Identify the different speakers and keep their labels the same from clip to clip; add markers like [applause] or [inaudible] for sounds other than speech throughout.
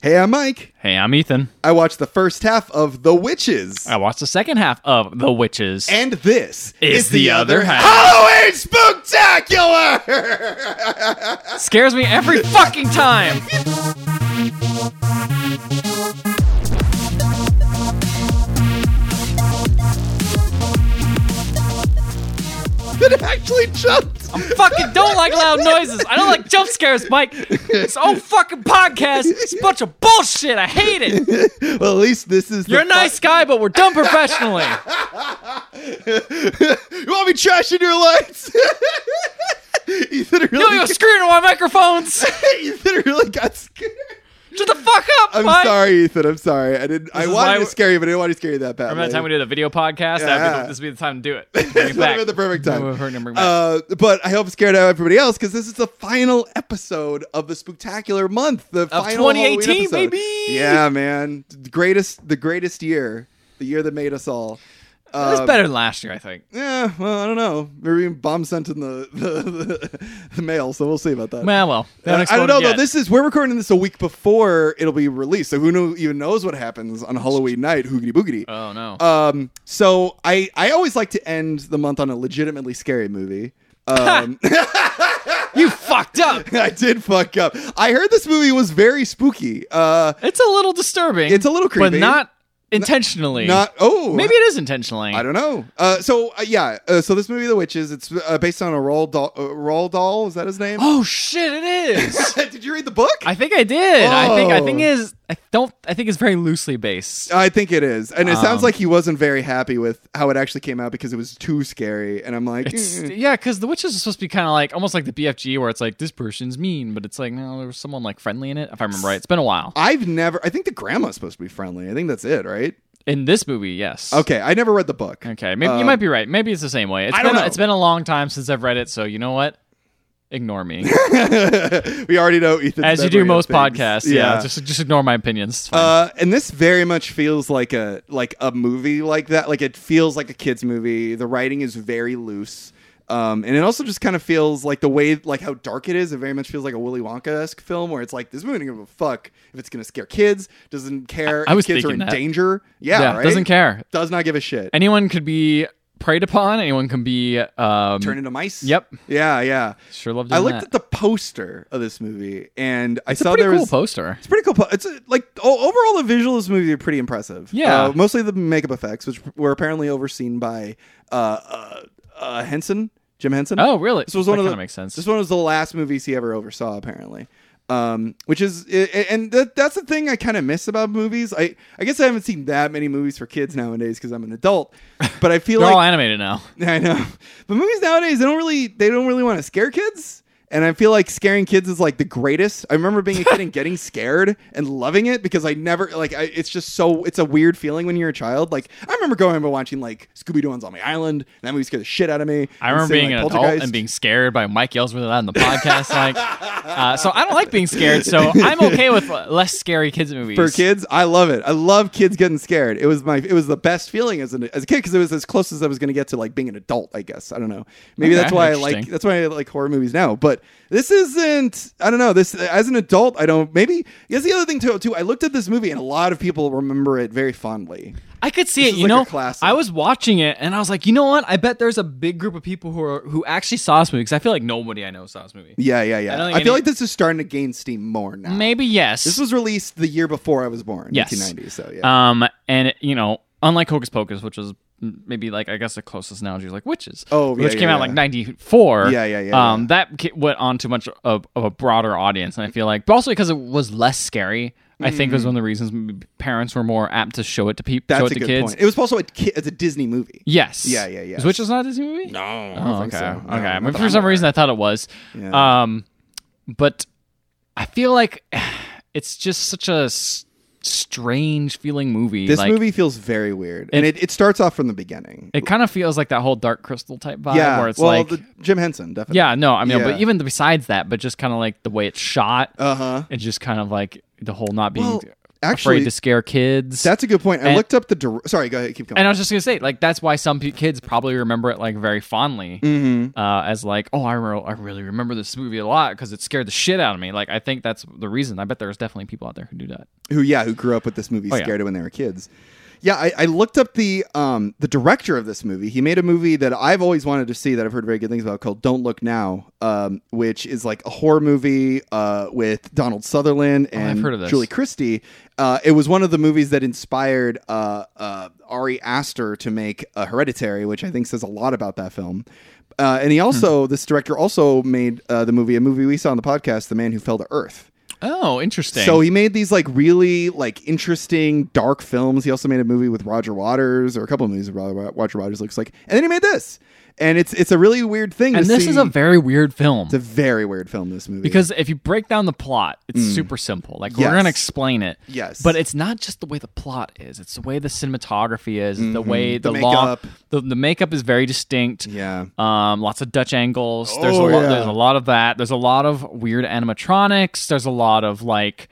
Speaker 1: Hey, I'm Mike.
Speaker 2: Hey, I'm Ethan.
Speaker 1: I watched the first half of The Witches.
Speaker 2: I watched the second half of The Witches.
Speaker 1: and this
Speaker 2: Is the other half.
Speaker 1: Halloween Spooktacular! [laughs]
Speaker 2: Scares me every fucking time.
Speaker 1: it actually jumped.
Speaker 2: fucking don't like loud noises. I don't like jump scares, Mike. This whole fucking podcast is a bunch of bullshit. I hate it.
Speaker 1: [laughs] Well, at least this is.
Speaker 2: You're a
Speaker 1: the fi-
Speaker 2: nice guy, but we're done professionally.
Speaker 1: [laughs] You want me trashing your lights? [laughs] Ethan
Speaker 2: You know,
Speaker 1: really,
Speaker 2: you're screwing on my microphones.
Speaker 1: [laughs] Ethan really got scared.
Speaker 2: Shut the fuck up,
Speaker 1: I'm
Speaker 2: Mike.
Speaker 1: sorry, Ethan. I'm sorry. I didn't. I
Speaker 2: is
Speaker 1: wanted
Speaker 2: why
Speaker 1: to
Speaker 2: we-
Speaker 1: scare you, but I didn't want to scare you that bad.
Speaker 2: Remember that time we did a video podcast? That'd be
Speaker 1: Yeah.
Speaker 2: the, this would be the time to
Speaker 1: [laughs]
Speaker 2: do it. Bring
Speaker 1: This
Speaker 2: it
Speaker 1: would have
Speaker 2: back.
Speaker 1: been the perfect
Speaker 2: We'll bring it
Speaker 1: time.
Speaker 2: back.
Speaker 1: Uh, but I hope it scared out everybody else because this is the final episode of the spectacular month, the final Halloween
Speaker 2: 2018,
Speaker 1: episode.
Speaker 2: baby!
Speaker 1: Yeah, man, the greatest, the greatest year, the year that made us all.
Speaker 2: it was
Speaker 1: Um,
Speaker 2: better than last year, I think.
Speaker 1: Yeah, well, I don't know. Maybe bomb sent in the the, the, the mail, so we'll see about that.
Speaker 2: Well, well. they haven't
Speaker 1: Uh, I don't
Speaker 2: exploded
Speaker 1: know though.
Speaker 2: yet.
Speaker 1: This is we're recording this a week before it'll be released, so who know, even knows what happens on Halloween night? Hoogity boogity.
Speaker 2: Oh no.
Speaker 1: Um, so I I always like to end the month on a legitimately scary movie.
Speaker 2: [laughs]
Speaker 1: Um, [laughs]
Speaker 2: you fucked up.
Speaker 1: I did fuck up. I heard this movie was very spooky. Uh,
Speaker 2: It's a little disturbing.
Speaker 1: It's a little
Speaker 2: But
Speaker 1: creepy.
Speaker 2: not intentionally.
Speaker 1: not oh
Speaker 2: Maybe it is intentionally.
Speaker 1: I don't know. Uh, so uh, yeah, uh, so this movie The Witches, it's uh, based on a Roald Dahl, uh, Roald Dahl, is that his name?
Speaker 2: Oh shit! It
Speaker 1: [laughs]
Speaker 2: is.
Speaker 1: did you read the book?
Speaker 2: I think I did. I think I
Speaker 1: Oh.
Speaker 2: think
Speaker 1: Uh,
Speaker 2: is I don't I think it's very loosely based.
Speaker 1: I think it is, and it sounds
Speaker 2: Um,
Speaker 1: like he wasn't very happy with how it actually came out because it was too scary. And I'm like,
Speaker 2: It's
Speaker 1: "Mm."
Speaker 2: yeah, because the witches are supposed to be kind of like almost like the BFG where it's like this person's mean, but it's like no, there was someone like friendly in it. If I remember right, it's been a while.
Speaker 1: I've never. I think the grandma's supposed to be friendly. I think that's it, right?
Speaker 2: In this movie, yes.
Speaker 1: Okay, I never read the book.
Speaker 2: Okay. Maybe you might be right. Maybe it's the same way. It's
Speaker 1: I
Speaker 2: been
Speaker 1: don't know.
Speaker 2: it's been a long time since I've read it, so you know what?
Speaker 1: [laughs]
Speaker 2: Ignore me.
Speaker 1: we already know Ethan.
Speaker 2: As you do most podcasts. Yeah. Just just ignore my opinions. It's fine.
Speaker 1: Uh, and this very much feels like a like a movie like that. Like it feels like a kids movie. The writing is very loose, um, and it also just kind of feels like the way like how dark it is. It very much feels like a Willy Wonka esque film where it's like this movie doesn't give a fuck if it's gonna scare kids. Doesn't care.
Speaker 2: I- I
Speaker 1: if
Speaker 2: was
Speaker 1: kids are
Speaker 2: thinking
Speaker 1: in
Speaker 2: that.
Speaker 1: danger. Yeah, right?
Speaker 2: doesn't care.
Speaker 1: Does not give a shit.
Speaker 2: Anyone could be preyed upon. Anyone can be um,
Speaker 1: Turn into mice.
Speaker 2: Yep.
Speaker 1: Yeah, yeah.
Speaker 2: Sure love
Speaker 1: I
Speaker 2: doing
Speaker 1: looked
Speaker 2: that.
Speaker 1: at the poster of this movie, and I
Speaker 2: It's a
Speaker 1: saw
Speaker 2: pretty
Speaker 1: there
Speaker 2: cool
Speaker 1: was
Speaker 2: poster.
Speaker 1: It's pretty cool. po- It's uh, like o- overall the visuals of this movie are pretty impressive.
Speaker 2: Yeah.
Speaker 1: Uh, mostly the makeup effects, which were apparently overseen by uh, uh, uh, Henson, Jim Henson.
Speaker 2: Oh, really?
Speaker 1: this was one
Speaker 2: that
Speaker 1: of the
Speaker 2: kinda makes sense.
Speaker 1: This one was the last movies he ever oversaw, apparently. Um, which is i- i- and that, that's the thing I kind of miss about movies. I I guess I haven't seen that many movies for kids nowadays because I'm an adult. But I feel
Speaker 2: [laughs] They're
Speaker 1: like
Speaker 2: all animated now.
Speaker 1: [laughs] I know. But movies nowadays they don't really they don't really want to scare kids. And I feel like scaring kids is like the greatest. I remember being a kid and getting scared and loving it because I never like I, it's just so it's a weird feeling when you're a child. Like I remember going and watching like Scooby Doo on Zombie Island and that movie scared the shit out of me.
Speaker 2: I remember being an adult and being scared by Mike Ellsworth
Speaker 1: [laughs]
Speaker 2: on the podcast. like, uh, so I don't like being scared. So I'm okay with uh, less scary kids movies.
Speaker 1: for kids. I love it. I love kids getting scared. It was my it was the best feeling as an as a kid because it was as close as I was going to get to like being an adult. I guess I don't know. Maybe
Speaker 2: Okay,
Speaker 1: that's why I like
Speaker 2: interesting.
Speaker 1: that's why I like horror movies now. But this isn't. I don't know. This as an adult, I don't. Maybe that's the other thing too. Too. I looked at this movie and a lot of people remember it very fondly.
Speaker 2: I could see
Speaker 1: This
Speaker 2: it.
Speaker 1: is
Speaker 2: You
Speaker 1: like a
Speaker 2: know,
Speaker 1: classic.
Speaker 2: I was watching it and I was like, you know what? I bet there's a big group of people who are who actually saw this movie because I feel like nobody I know saw this movie.
Speaker 1: Yeah, yeah, yeah.
Speaker 2: I
Speaker 1: I,
Speaker 2: don't
Speaker 1: feel
Speaker 2: think any-
Speaker 1: like this is starting to gain steam more now.
Speaker 2: Maybe yes.
Speaker 1: This was released the year before I was born,
Speaker 2: Yes.
Speaker 1: 1990. So yeah.
Speaker 2: Um, and you know, unlike Hocus Pocus, which was m- maybe like I guess the closest analogy is like witches.
Speaker 1: Oh, yeah,
Speaker 2: which
Speaker 1: yeah,
Speaker 2: came
Speaker 1: yeah.
Speaker 2: out like '94.
Speaker 1: Yeah, yeah, yeah,
Speaker 2: Um,
Speaker 1: yeah.
Speaker 2: that ki- went on to much of, of a broader audience, and I feel like, but also because it was less scary. I think was one of the reasons m- parents were more apt to show it to people,
Speaker 1: Mm-hmm.
Speaker 2: show
Speaker 1: that's
Speaker 2: it
Speaker 1: a
Speaker 2: to
Speaker 1: good
Speaker 2: kids.
Speaker 1: point. It was also a ki- it's a Disney movie.
Speaker 2: Yes.
Speaker 1: Yeah, yeah, yeah.
Speaker 2: Is Witches not a Disney movie?
Speaker 1: No, I don't
Speaker 2: Oh,
Speaker 1: think
Speaker 2: okay.
Speaker 1: so. No,
Speaker 2: okay. I
Speaker 1: not
Speaker 2: mean,
Speaker 1: that
Speaker 2: for
Speaker 1: I'm
Speaker 2: some reason, I thought it was.
Speaker 1: Yeah.
Speaker 2: Um, but I feel like [sighs] it's just such a s- strange feeling movie.
Speaker 1: This
Speaker 2: like,
Speaker 1: movie feels very weird, and it, it starts off from the beginning.
Speaker 2: It kind of feels like that whole Dark Crystal type vibe
Speaker 1: yeah,
Speaker 2: where it's
Speaker 1: well,
Speaker 2: like,
Speaker 1: the, Jim Henson definitely.
Speaker 2: yeah, no, I mean,
Speaker 1: Yeah.
Speaker 2: but even besides that, but just kind of like the way it's shot
Speaker 1: uh huh.
Speaker 2: and just kind of like the whole not being
Speaker 1: Well, Actually,
Speaker 2: afraid to scare kids.
Speaker 1: that's a good point. I
Speaker 2: And-
Speaker 1: looked up the. dir- Sorry, go ahead. Keep going.
Speaker 2: and I was just gonna say, like, that's why some pe- kids probably remember it like very fondly,
Speaker 1: Mm-hmm.
Speaker 2: uh, as like, oh, I re- I really remember this movie a lot because it scared the shit out of me. Like, I think that's the reason. I bet there's definitely people out there who do that.
Speaker 1: who yeah who grew up with this movie
Speaker 2: Oh, yeah.
Speaker 1: scared of when they were kids yeah I, I looked up the um the director of this movie he made a movie that i've always wanted to see that i've heard very good things about called don't look now um which is like a horror movie uh with donald sutherland and
Speaker 2: Oh, heard of this.
Speaker 1: julie christie uh it was one of the movies that inspired uh uh ari aster to make uh, hereditary which i think says a lot about that film uh,
Speaker 2: Hmm.
Speaker 1: and he also, this director also made uh, the movie, a movie we saw on the podcast, The Man Who Fell to Earth.
Speaker 2: Oh, interesting.
Speaker 1: So he made these like really like interesting dark films. He also made a movie with Roger Waters or a couple of movies with Ro- Roger Waters looks like, and then he made this, and it's it's a really weird thing.
Speaker 2: and
Speaker 1: to
Speaker 2: this
Speaker 1: see.
Speaker 2: is a very weird film.
Speaker 1: it's a very weird film. This movie
Speaker 2: Because if you break down the plot, it's super simple. Like
Speaker 1: Mm. Yes.
Speaker 2: we're gonna explain it.
Speaker 1: Yes.
Speaker 2: But it's not just the way the plot is. It's the way the cinematography is. The way
Speaker 1: Mm-hmm. The
Speaker 2: the, law,
Speaker 1: makeup.
Speaker 2: the, the makeup is very distinct.
Speaker 1: yeah,
Speaker 2: Um, lots of Dutch angles. there's a
Speaker 1: Oh,
Speaker 2: lot.
Speaker 1: yeah.
Speaker 2: There's a lot of that. There's a lot of weird animatronics. There's a lot of like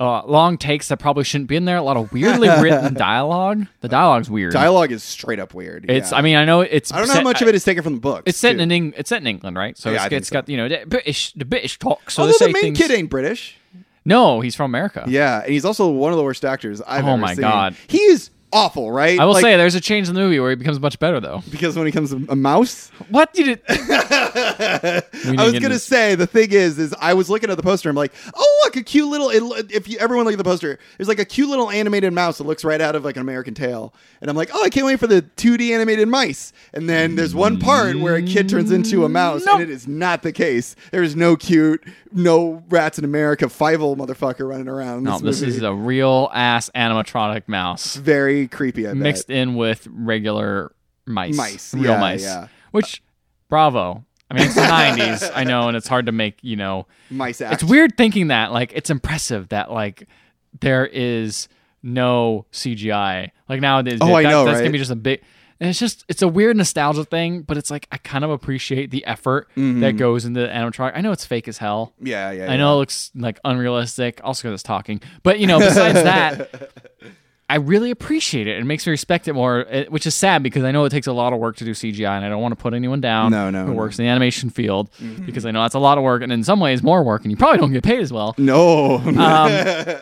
Speaker 2: uh, long takes that probably shouldn't be in there. A lot
Speaker 1: [laughs]
Speaker 2: of weirdly written dialogue. The dialogue's weird.
Speaker 1: dialogue is straight up weird.
Speaker 2: it's.
Speaker 1: yeah.
Speaker 2: I mean, I know it's.
Speaker 1: I don't know how much of it is taken from the books.
Speaker 2: It's set
Speaker 1: too.
Speaker 2: in Eng- it's set in England, right? So
Speaker 1: Yeah, I
Speaker 2: it's,
Speaker 1: think
Speaker 2: it's
Speaker 1: so.
Speaker 2: got you know the British the British talk. So
Speaker 1: although
Speaker 2: they
Speaker 1: the
Speaker 2: say
Speaker 1: main
Speaker 2: things,
Speaker 1: kid ain't British.
Speaker 2: no, he's from America.
Speaker 1: Yeah, and he's also one of the worst actors I've
Speaker 2: Oh
Speaker 1: ever
Speaker 2: my
Speaker 1: seen.
Speaker 2: God.
Speaker 1: he is awful, right?
Speaker 2: I will
Speaker 1: Like,
Speaker 2: say there's a change in the movie where he becomes much better
Speaker 1: [laughs]
Speaker 2: though.
Speaker 1: because when he comes a mouse,
Speaker 2: What did
Speaker 1: [laughs]
Speaker 2: it?
Speaker 1: I was gonna say the thing is, is I was looking at the poster. I'm like, oh look, a cute little. It, lo- if you everyone look at the poster, there's like a cute little animated mouse that looks right out of like an American Tail, and I'm like, oh, I can't wait for the 2D animated mice. And then there's one part where a kid turns into a mouse,
Speaker 2: No.
Speaker 1: and it is not the case. There is no cute, no rats in America, Fievel motherfucker running around. in
Speaker 2: No, this
Speaker 1: movie.
Speaker 2: is a real ass animatronic mouse
Speaker 1: very creepy. I bet.
Speaker 2: mixed in with regular mice,
Speaker 1: Mice,
Speaker 2: real
Speaker 1: yeah,
Speaker 2: mice.
Speaker 1: yeah.
Speaker 2: Which, bravo. I mean, it's the '90s. I know, and it's hard to make you know.
Speaker 1: mice. Act.
Speaker 2: It's weird thinking that. Like, it's impressive that like there is no CGI. Like nowadays,
Speaker 1: Oh, I
Speaker 2: that-
Speaker 1: know,
Speaker 2: that's
Speaker 1: right?
Speaker 2: gonna be just a big. And it's just it's a weird nostalgia thing, but it's like I kind of appreciate the effort
Speaker 1: Mm-hmm.
Speaker 2: that goes into animatronic. I know it's fake as hell.
Speaker 1: Yeah, yeah.
Speaker 2: I
Speaker 1: yeah.
Speaker 2: know it looks like unrealistic. Also, because it's talking, but you
Speaker 1: [laughs]
Speaker 2: know, besides that, I really appreciate it. It makes me respect it more, eh, which is sad because I know it takes a lot of work to do CGI, and I don't want to put anyone down.
Speaker 1: No, no,
Speaker 2: who
Speaker 1: no. Mm-hmm.
Speaker 2: works in the animation field because I know that's a lot of work, and in some ways, more work, and you probably don't get paid as well.
Speaker 1: No,
Speaker 2: Uh,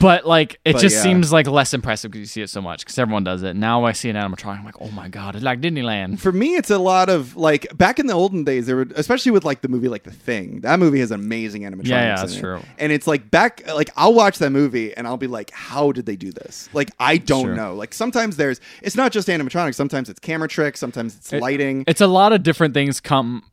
Speaker 2: But like, it just
Speaker 1: yeah.
Speaker 2: seems like less impressive because you see it so much because everyone does it. Now I see an animatronic, I'm like, oh my god, it's like Disneyland.
Speaker 1: for me it's a lot of like back in the olden days there were especially with like the movie like the thing that movie has amazing animatronics
Speaker 2: Yeah, yeah,
Speaker 1: in
Speaker 2: that's
Speaker 1: it.
Speaker 2: true.
Speaker 1: and it's like back like i'll watch that movie and i'll be like how did they do this like i don't
Speaker 2: Sure.
Speaker 1: know like sometimes there's it's not just animatronics sometimes it's camera tricks sometimes it's lighting
Speaker 2: It's a lot of different things come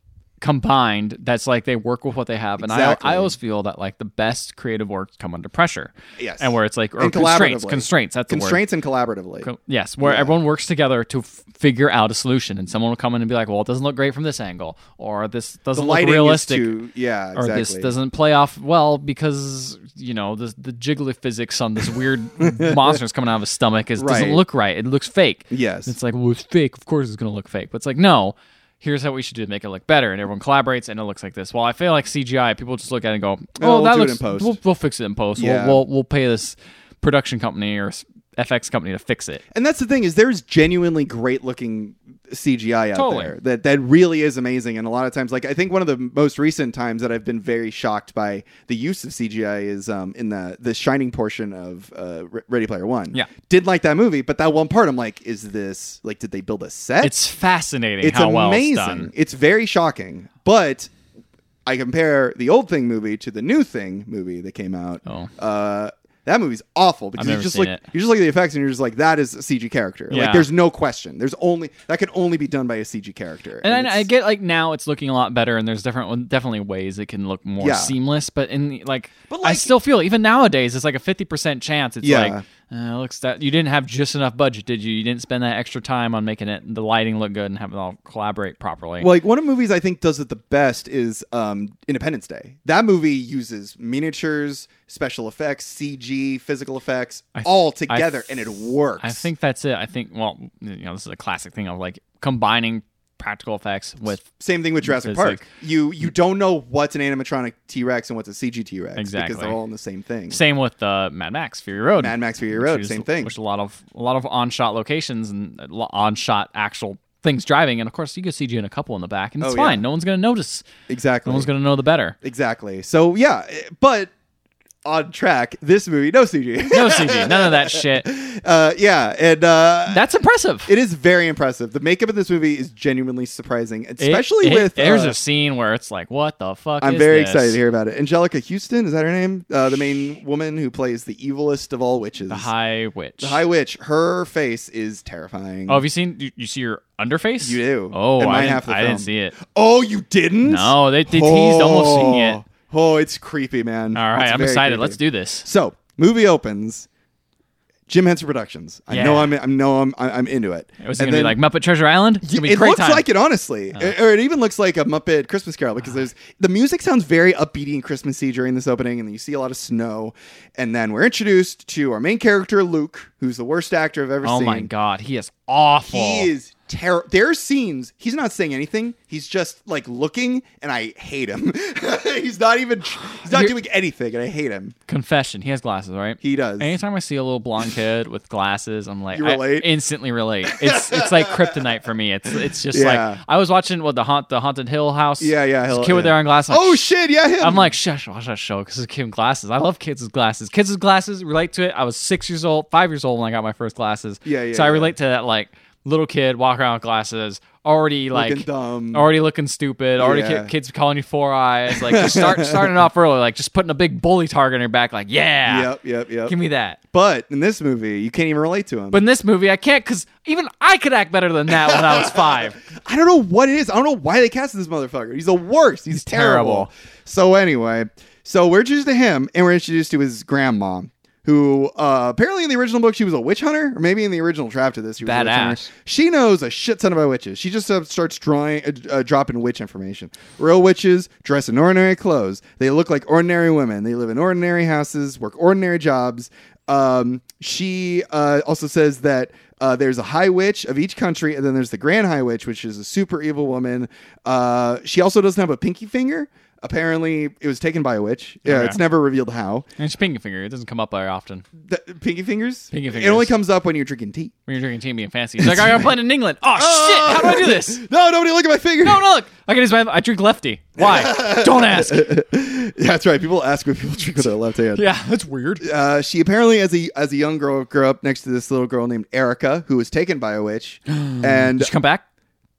Speaker 2: combined that's like they work with what they have and
Speaker 1: Exactly.
Speaker 2: I, I always feel that like the best creative works come under pressure
Speaker 1: Yes.
Speaker 2: and where it's like or
Speaker 1: And
Speaker 2: constraints
Speaker 1: collaboratively.
Speaker 2: constraints that's
Speaker 1: constraints and collaboratively
Speaker 2: the word Co- yes where everyone works together to f- figure out a solution and someone will come in and be like well it doesn't look great from this angle or this doesn't look
Speaker 1: lighting
Speaker 2: realistic
Speaker 1: is too yeah
Speaker 2: or
Speaker 1: exactly
Speaker 2: this doesn't play off well because you know the the jiggly physics on
Speaker 1: [laughs]
Speaker 2: this weird monster that's coming out of his stomach is
Speaker 1: Right.
Speaker 2: doesn't look right. It looks fake.
Speaker 1: Yes.
Speaker 2: it's like well, it's fake. Of course, it's gonna look fake. But it's like no. Here's how we should do to make it look better, and everyone collaborates, and it looks like this. Well, I feel like CGI. People just look at it and go, "Oh,
Speaker 1: we'll
Speaker 2: that
Speaker 1: do it
Speaker 2: looks.
Speaker 1: in post."
Speaker 2: We'll, we'll fix it in post.
Speaker 1: Yeah.
Speaker 2: We'll, we'll we'll pay this production company or s- FX company to fix it."
Speaker 1: And that's the thing is there's genuinely great looking CGI out
Speaker 2: Totally.
Speaker 1: there that that really is amazing. And a lot of times, like I think one of the most recent times that I've been very shocked by the use of CGI is um, in the the Shining portion of uh, Re- Ready Player One.
Speaker 2: Yeah.
Speaker 1: did like that movie, but that one part I'm like, is this like did they build a set?
Speaker 2: It's fascinating
Speaker 1: it's
Speaker 2: how well
Speaker 1: amazing.
Speaker 2: it's done.
Speaker 1: It's very shocking, but. I compare the old thing movie to the new thing movie that came out.
Speaker 2: Oh.
Speaker 1: Uh, that movie's awful because you
Speaker 2: never
Speaker 1: just
Speaker 2: seen
Speaker 1: look
Speaker 2: it.
Speaker 1: you just look at the effects and you're just like, that is a CG character. Like,
Speaker 2: Yeah.
Speaker 1: there's no question. There's only that could only be done by a CG character.
Speaker 2: And I, I
Speaker 1: it's-
Speaker 2: get like now it's looking a lot better, and there's different definitely ways it can look more
Speaker 1: Yeah.
Speaker 2: seamless. But in the, like,
Speaker 1: But,
Speaker 2: I
Speaker 1: like-
Speaker 2: still feel even nowadays it's like a fifty percent chance. It's
Speaker 1: Yeah.
Speaker 2: like uh, it looks that you didn't have just enough budget, did you? You didn't spend that extra time on making it the lighting look good and have it all collaborate properly.
Speaker 1: well, like one of the movies I think does it the best is um, Independence Day. That movie uses miniatures, special effects, CG, physical effects
Speaker 2: th-
Speaker 1: all
Speaker 2: I
Speaker 1: together,
Speaker 2: th-
Speaker 1: and it works.
Speaker 2: I think that's it. I think well, you know, this is a classic thing of like combining practical effects with
Speaker 1: Same thing with Jurassic
Speaker 2: Physics.
Speaker 1: Park. You you don't know what's an animatronic T Rex and what's a CG T Rex
Speaker 2: Exactly.
Speaker 1: because they're all in the same thing.
Speaker 2: same with uh, Mad Max Fury Road.
Speaker 1: Mad Max Fury
Speaker 2: which
Speaker 1: Road,
Speaker 2: is-
Speaker 1: same thing.
Speaker 2: Which a lot of a lot of on shot locations and on shot actual things driving, and of course you can CG in a couple in the back, and it's
Speaker 1: Oh, yeah.
Speaker 2: fine. No one's gonna notice.
Speaker 1: Exactly.
Speaker 2: No one's gonna know the better.
Speaker 1: Exactly. So yeah, eh, but on track, this movie no CG.
Speaker 2: No CG, none of that shit.
Speaker 1: [laughs] uh, yeah, and uh,
Speaker 2: That's impressive.
Speaker 1: it is very impressive. The makeup of this movie is genuinely surprising, especially
Speaker 2: It- it-
Speaker 1: with.
Speaker 2: there's
Speaker 1: uh,
Speaker 2: a scene where it's like, what the fuck?
Speaker 1: I'm
Speaker 2: is
Speaker 1: very
Speaker 2: this?
Speaker 1: excited to hear about it. Angelica Houston is that her name? Uh, the main woman who plays the evilest of all witches,
Speaker 2: The High Witch.
Speaker 1: the High witch. Her face is terrifying.
Speaker 2: Oh, have you seen? You, you see her underface?
Speaker 1: You do.
Speaker 2: Oh,
Speaker 1: In my
Speaker 2: I, didn't,
Speaker 1: half of the
Speaker 2: I didn't
Speaker 1: film.
Speaker 2: see it.
Speaker 1: Oh, you didn't?
Speaker 2: No, they, they teased almost seeing it. All
Speaker 1: Oh, it's creepy, man.
Speaker 2: right,
Speaker 1: It's
Speaker 2: I'm
Speaker 1: very
Speaker 2: excited.
Speaker 1: creepy.
Speaker 2: Let's do this.
Speaker 1: So movie opens. Jim Henson Productions. I know
Speaker 2: Yeah.
Speaker 1: I'm. I know I'm. I- I'm into it.
Speaker 2: It was
Speaker 1: And
Speaker 2: gonna be
Speaker 1: then-
Speaker 2: like Muppet Treasure Island. It's
Speaker 1: Y-
Speaker 2: gonna be a
Speaker 1: it
Speaker 2: great
Speaker 1: looks
Speaker 2: time. Uh.
Speaker 1: like it, honestly, It- or it even looks like a Muppet Christmas Carol because there's
Speaker 2: Ah.
Speaker 1: the music sounds very upbeat and Christmassy during this opening, and you see a lot of snow, and then we're introduced to our main character Luke, who's the worst actor I've ever
Speaker 2: oh
Speaker 1: seen.
Speaker 2: my god, he is awful.
Speaker 1: He is terrible. There are scenes he's not saying anything. He's just like looking, and I hate him. [laughs] he's not even. tr- He's not
Speaker 2: Here-
Speaker 1: doing anything, and I hate him.
Speaker 2: Confession. He has glasses, right?
Speaker 1: He does.
Speaker 2: Anytime I see a little blonde kid with glasses, I'm like,
Speaker 1: You
Speaker 2: I
Speaker 1: relate?
Speaker 2: instantly relate. It's
Speaker 1: [laughs]
Speaker 2: it's like kryptonite for me. It's it's just
Speaker 1: Yeah.
Speaker 2: like I was watching what the haunt the haunted Hill House.
Speaker 1: Yeah, yeah,
Speaker 2: This
Speaker 1: Hill-
Speaker 2: kid with
Speaker 1: yeah.
Speaker 2: their own glasses. I'm like,
Speaker 1: oh shit! Yeah, him.
Speaker 2: I'm like, shush, watch that show because it's a kid with glasses. I love kids with glasses. Kids with glasses relate to it. I was six years old, five years old when I got my first glasses.
Speaker 1: Yeah, yeah,
Speaker 2: So I
Speaker 1: yeah.
Speaker 2: relate to that like little kid walking around with glasses, already
Speaker 1: Looking
Speaker 2: like "Oh,
Speaker 1: dumb.
Speaker 2: already looking stupid, already
Speaker 1: Yeah.
Speaker 2: ki- kids calling you four
Speaker 1: [laughs]
Speaker 2: eyes. Like just start starting off early, like just putting a big bully target on your back. Like yeah,
Speaker 1: Yep, yep, yep.
Speaker 2: give me that.
Speaker 1: But in this movie, you can't even relate to him.
Speaker 2: But in this movie, I can't because even I could act better than that when I was five.
Speaker 1: I don't know what it is. I don't know why they casted this motherfucker. He's the worst. He's, terrible.
Speaker 2: terrible.
Speaker 1: So anyway, so we're introduced to him, and we're introduced to his grandma, who uh, apparently in the original book she was a witch hunter, or maybe in the original draft of this, she was a witch
Speaker 2: Badass.
Speaker 1: hunter. She knows a shit ton about witches. She just uh, starts drawing, uh, uh, dropping witch information. Real witches dress in ordinary clothes. They look like ordinary women. They live in ordinary houses, work ordinary jobs. Um, she uh, also says that uh, there's a high witch of each country, and then there's the grand high witch, which is a super evil woman. Uh, she also doesn't have a pinky finger. Apparently, it was taken by a witch. Yeah,
Speaker 2: Okay.
Speaker 1: it's never revealed how.
Speaker 2: [laughs] And it's pinky finger. It doesn't come up very often
Speaker 1: The, pinky fingers.
Speaker 2: Pinky
Speaker 1: It only
Speaker 2: fingers.
Speaker 1: comes up when you're drinking tea.
Speaker 2: when you're drinking tea and being fancy. [laughs] It's like I'm playing in England. Oh, shit! How do I do this? [laughs]
Speaker 1: No, nobody look at my finger.
Speaker 2: No, no, look. I can use my. I drink lefty. [laughs] Why? Don't ask.
Speaker 1: yeah, [laughs] that's right. People ask when people drink with their left hand.
Speaker 2: Yeah, that's weird.
Speaker 1: Uh, she apparently, as a as a young girl, grew up next to this little girl named Erica, who was taken by a
Speaker 2: [gasps]
Speaker 1: witch, and
Speaker 2: Did she come back?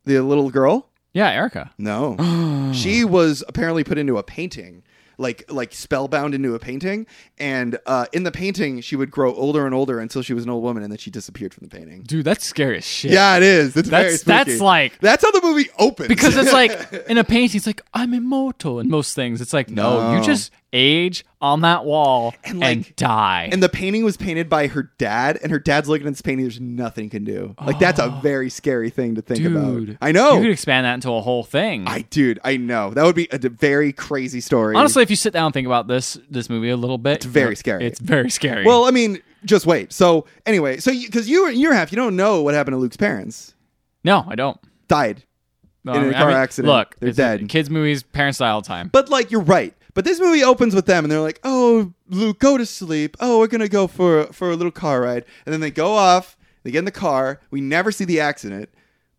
Speaker 1: the little girl.
Speaker 2: Yeah, Erica. [gasps]
Speaker 1: No, she was apparently put into a painting, like like spellbound into a painting, and uh, in the painting, she would grow older and older until she was an old woman, and then she disappeared from the painting.
Speaker 2: Dude, that's scary as shit.
Speaker 1: Yeah, it is. It's very
Speaker 2: That's
Speaker 1: spooky.
Speaker 2: that's like
Speaker 1: that's how the movie opens [laughs]
Speaker 2: because it's [laughs] like in a painting, it's like I'm immortal in most things. It's like no,
Speaker 1: No.
Speaker 2: you just age on that wall and,
Speaker 1: like-
Speaker 2: die.
Speaker 1: And the painting was painted by her dad, and her dad's looking at this painting. There's nothing he can do. Like that's a very scary thing to think
Speaker 2: Oh. dude,
Speaker 1: about. I know,
Speaker 2: You could expand that into a whole thing.
Speaker 1: I dude, I know. That would be a d- very crazy story.
Speaker 2: Honestly, if you sit down and think about this this movie a little bit, it's
Speaker 1: very scary.
Speaker 2: It's very scary.
Speaker 1: well, I mean, just wait. So anyway, so because you, were in your half, you don't know what happened to Luke's parents.
Speaker 2: no, I don't.
Speaker 1: Died,
Speaker 2: No,
Speaker 1: In
Speaker 2: I
Speaker 1: a car accident.
Speaker 2: Look,
Speaker 1: They're
Speaker 2: it's a-
Speaker 1: dead.
Speaker 2: kids' movies, parents' die all the time.
Speaker 1: but like you're right. But this movie opens with them, and they're like, "Oh, Luke, go to sleep. Oh, we're gonna go for for a little car ride." And then they go off. They get in the car. We never see the accident.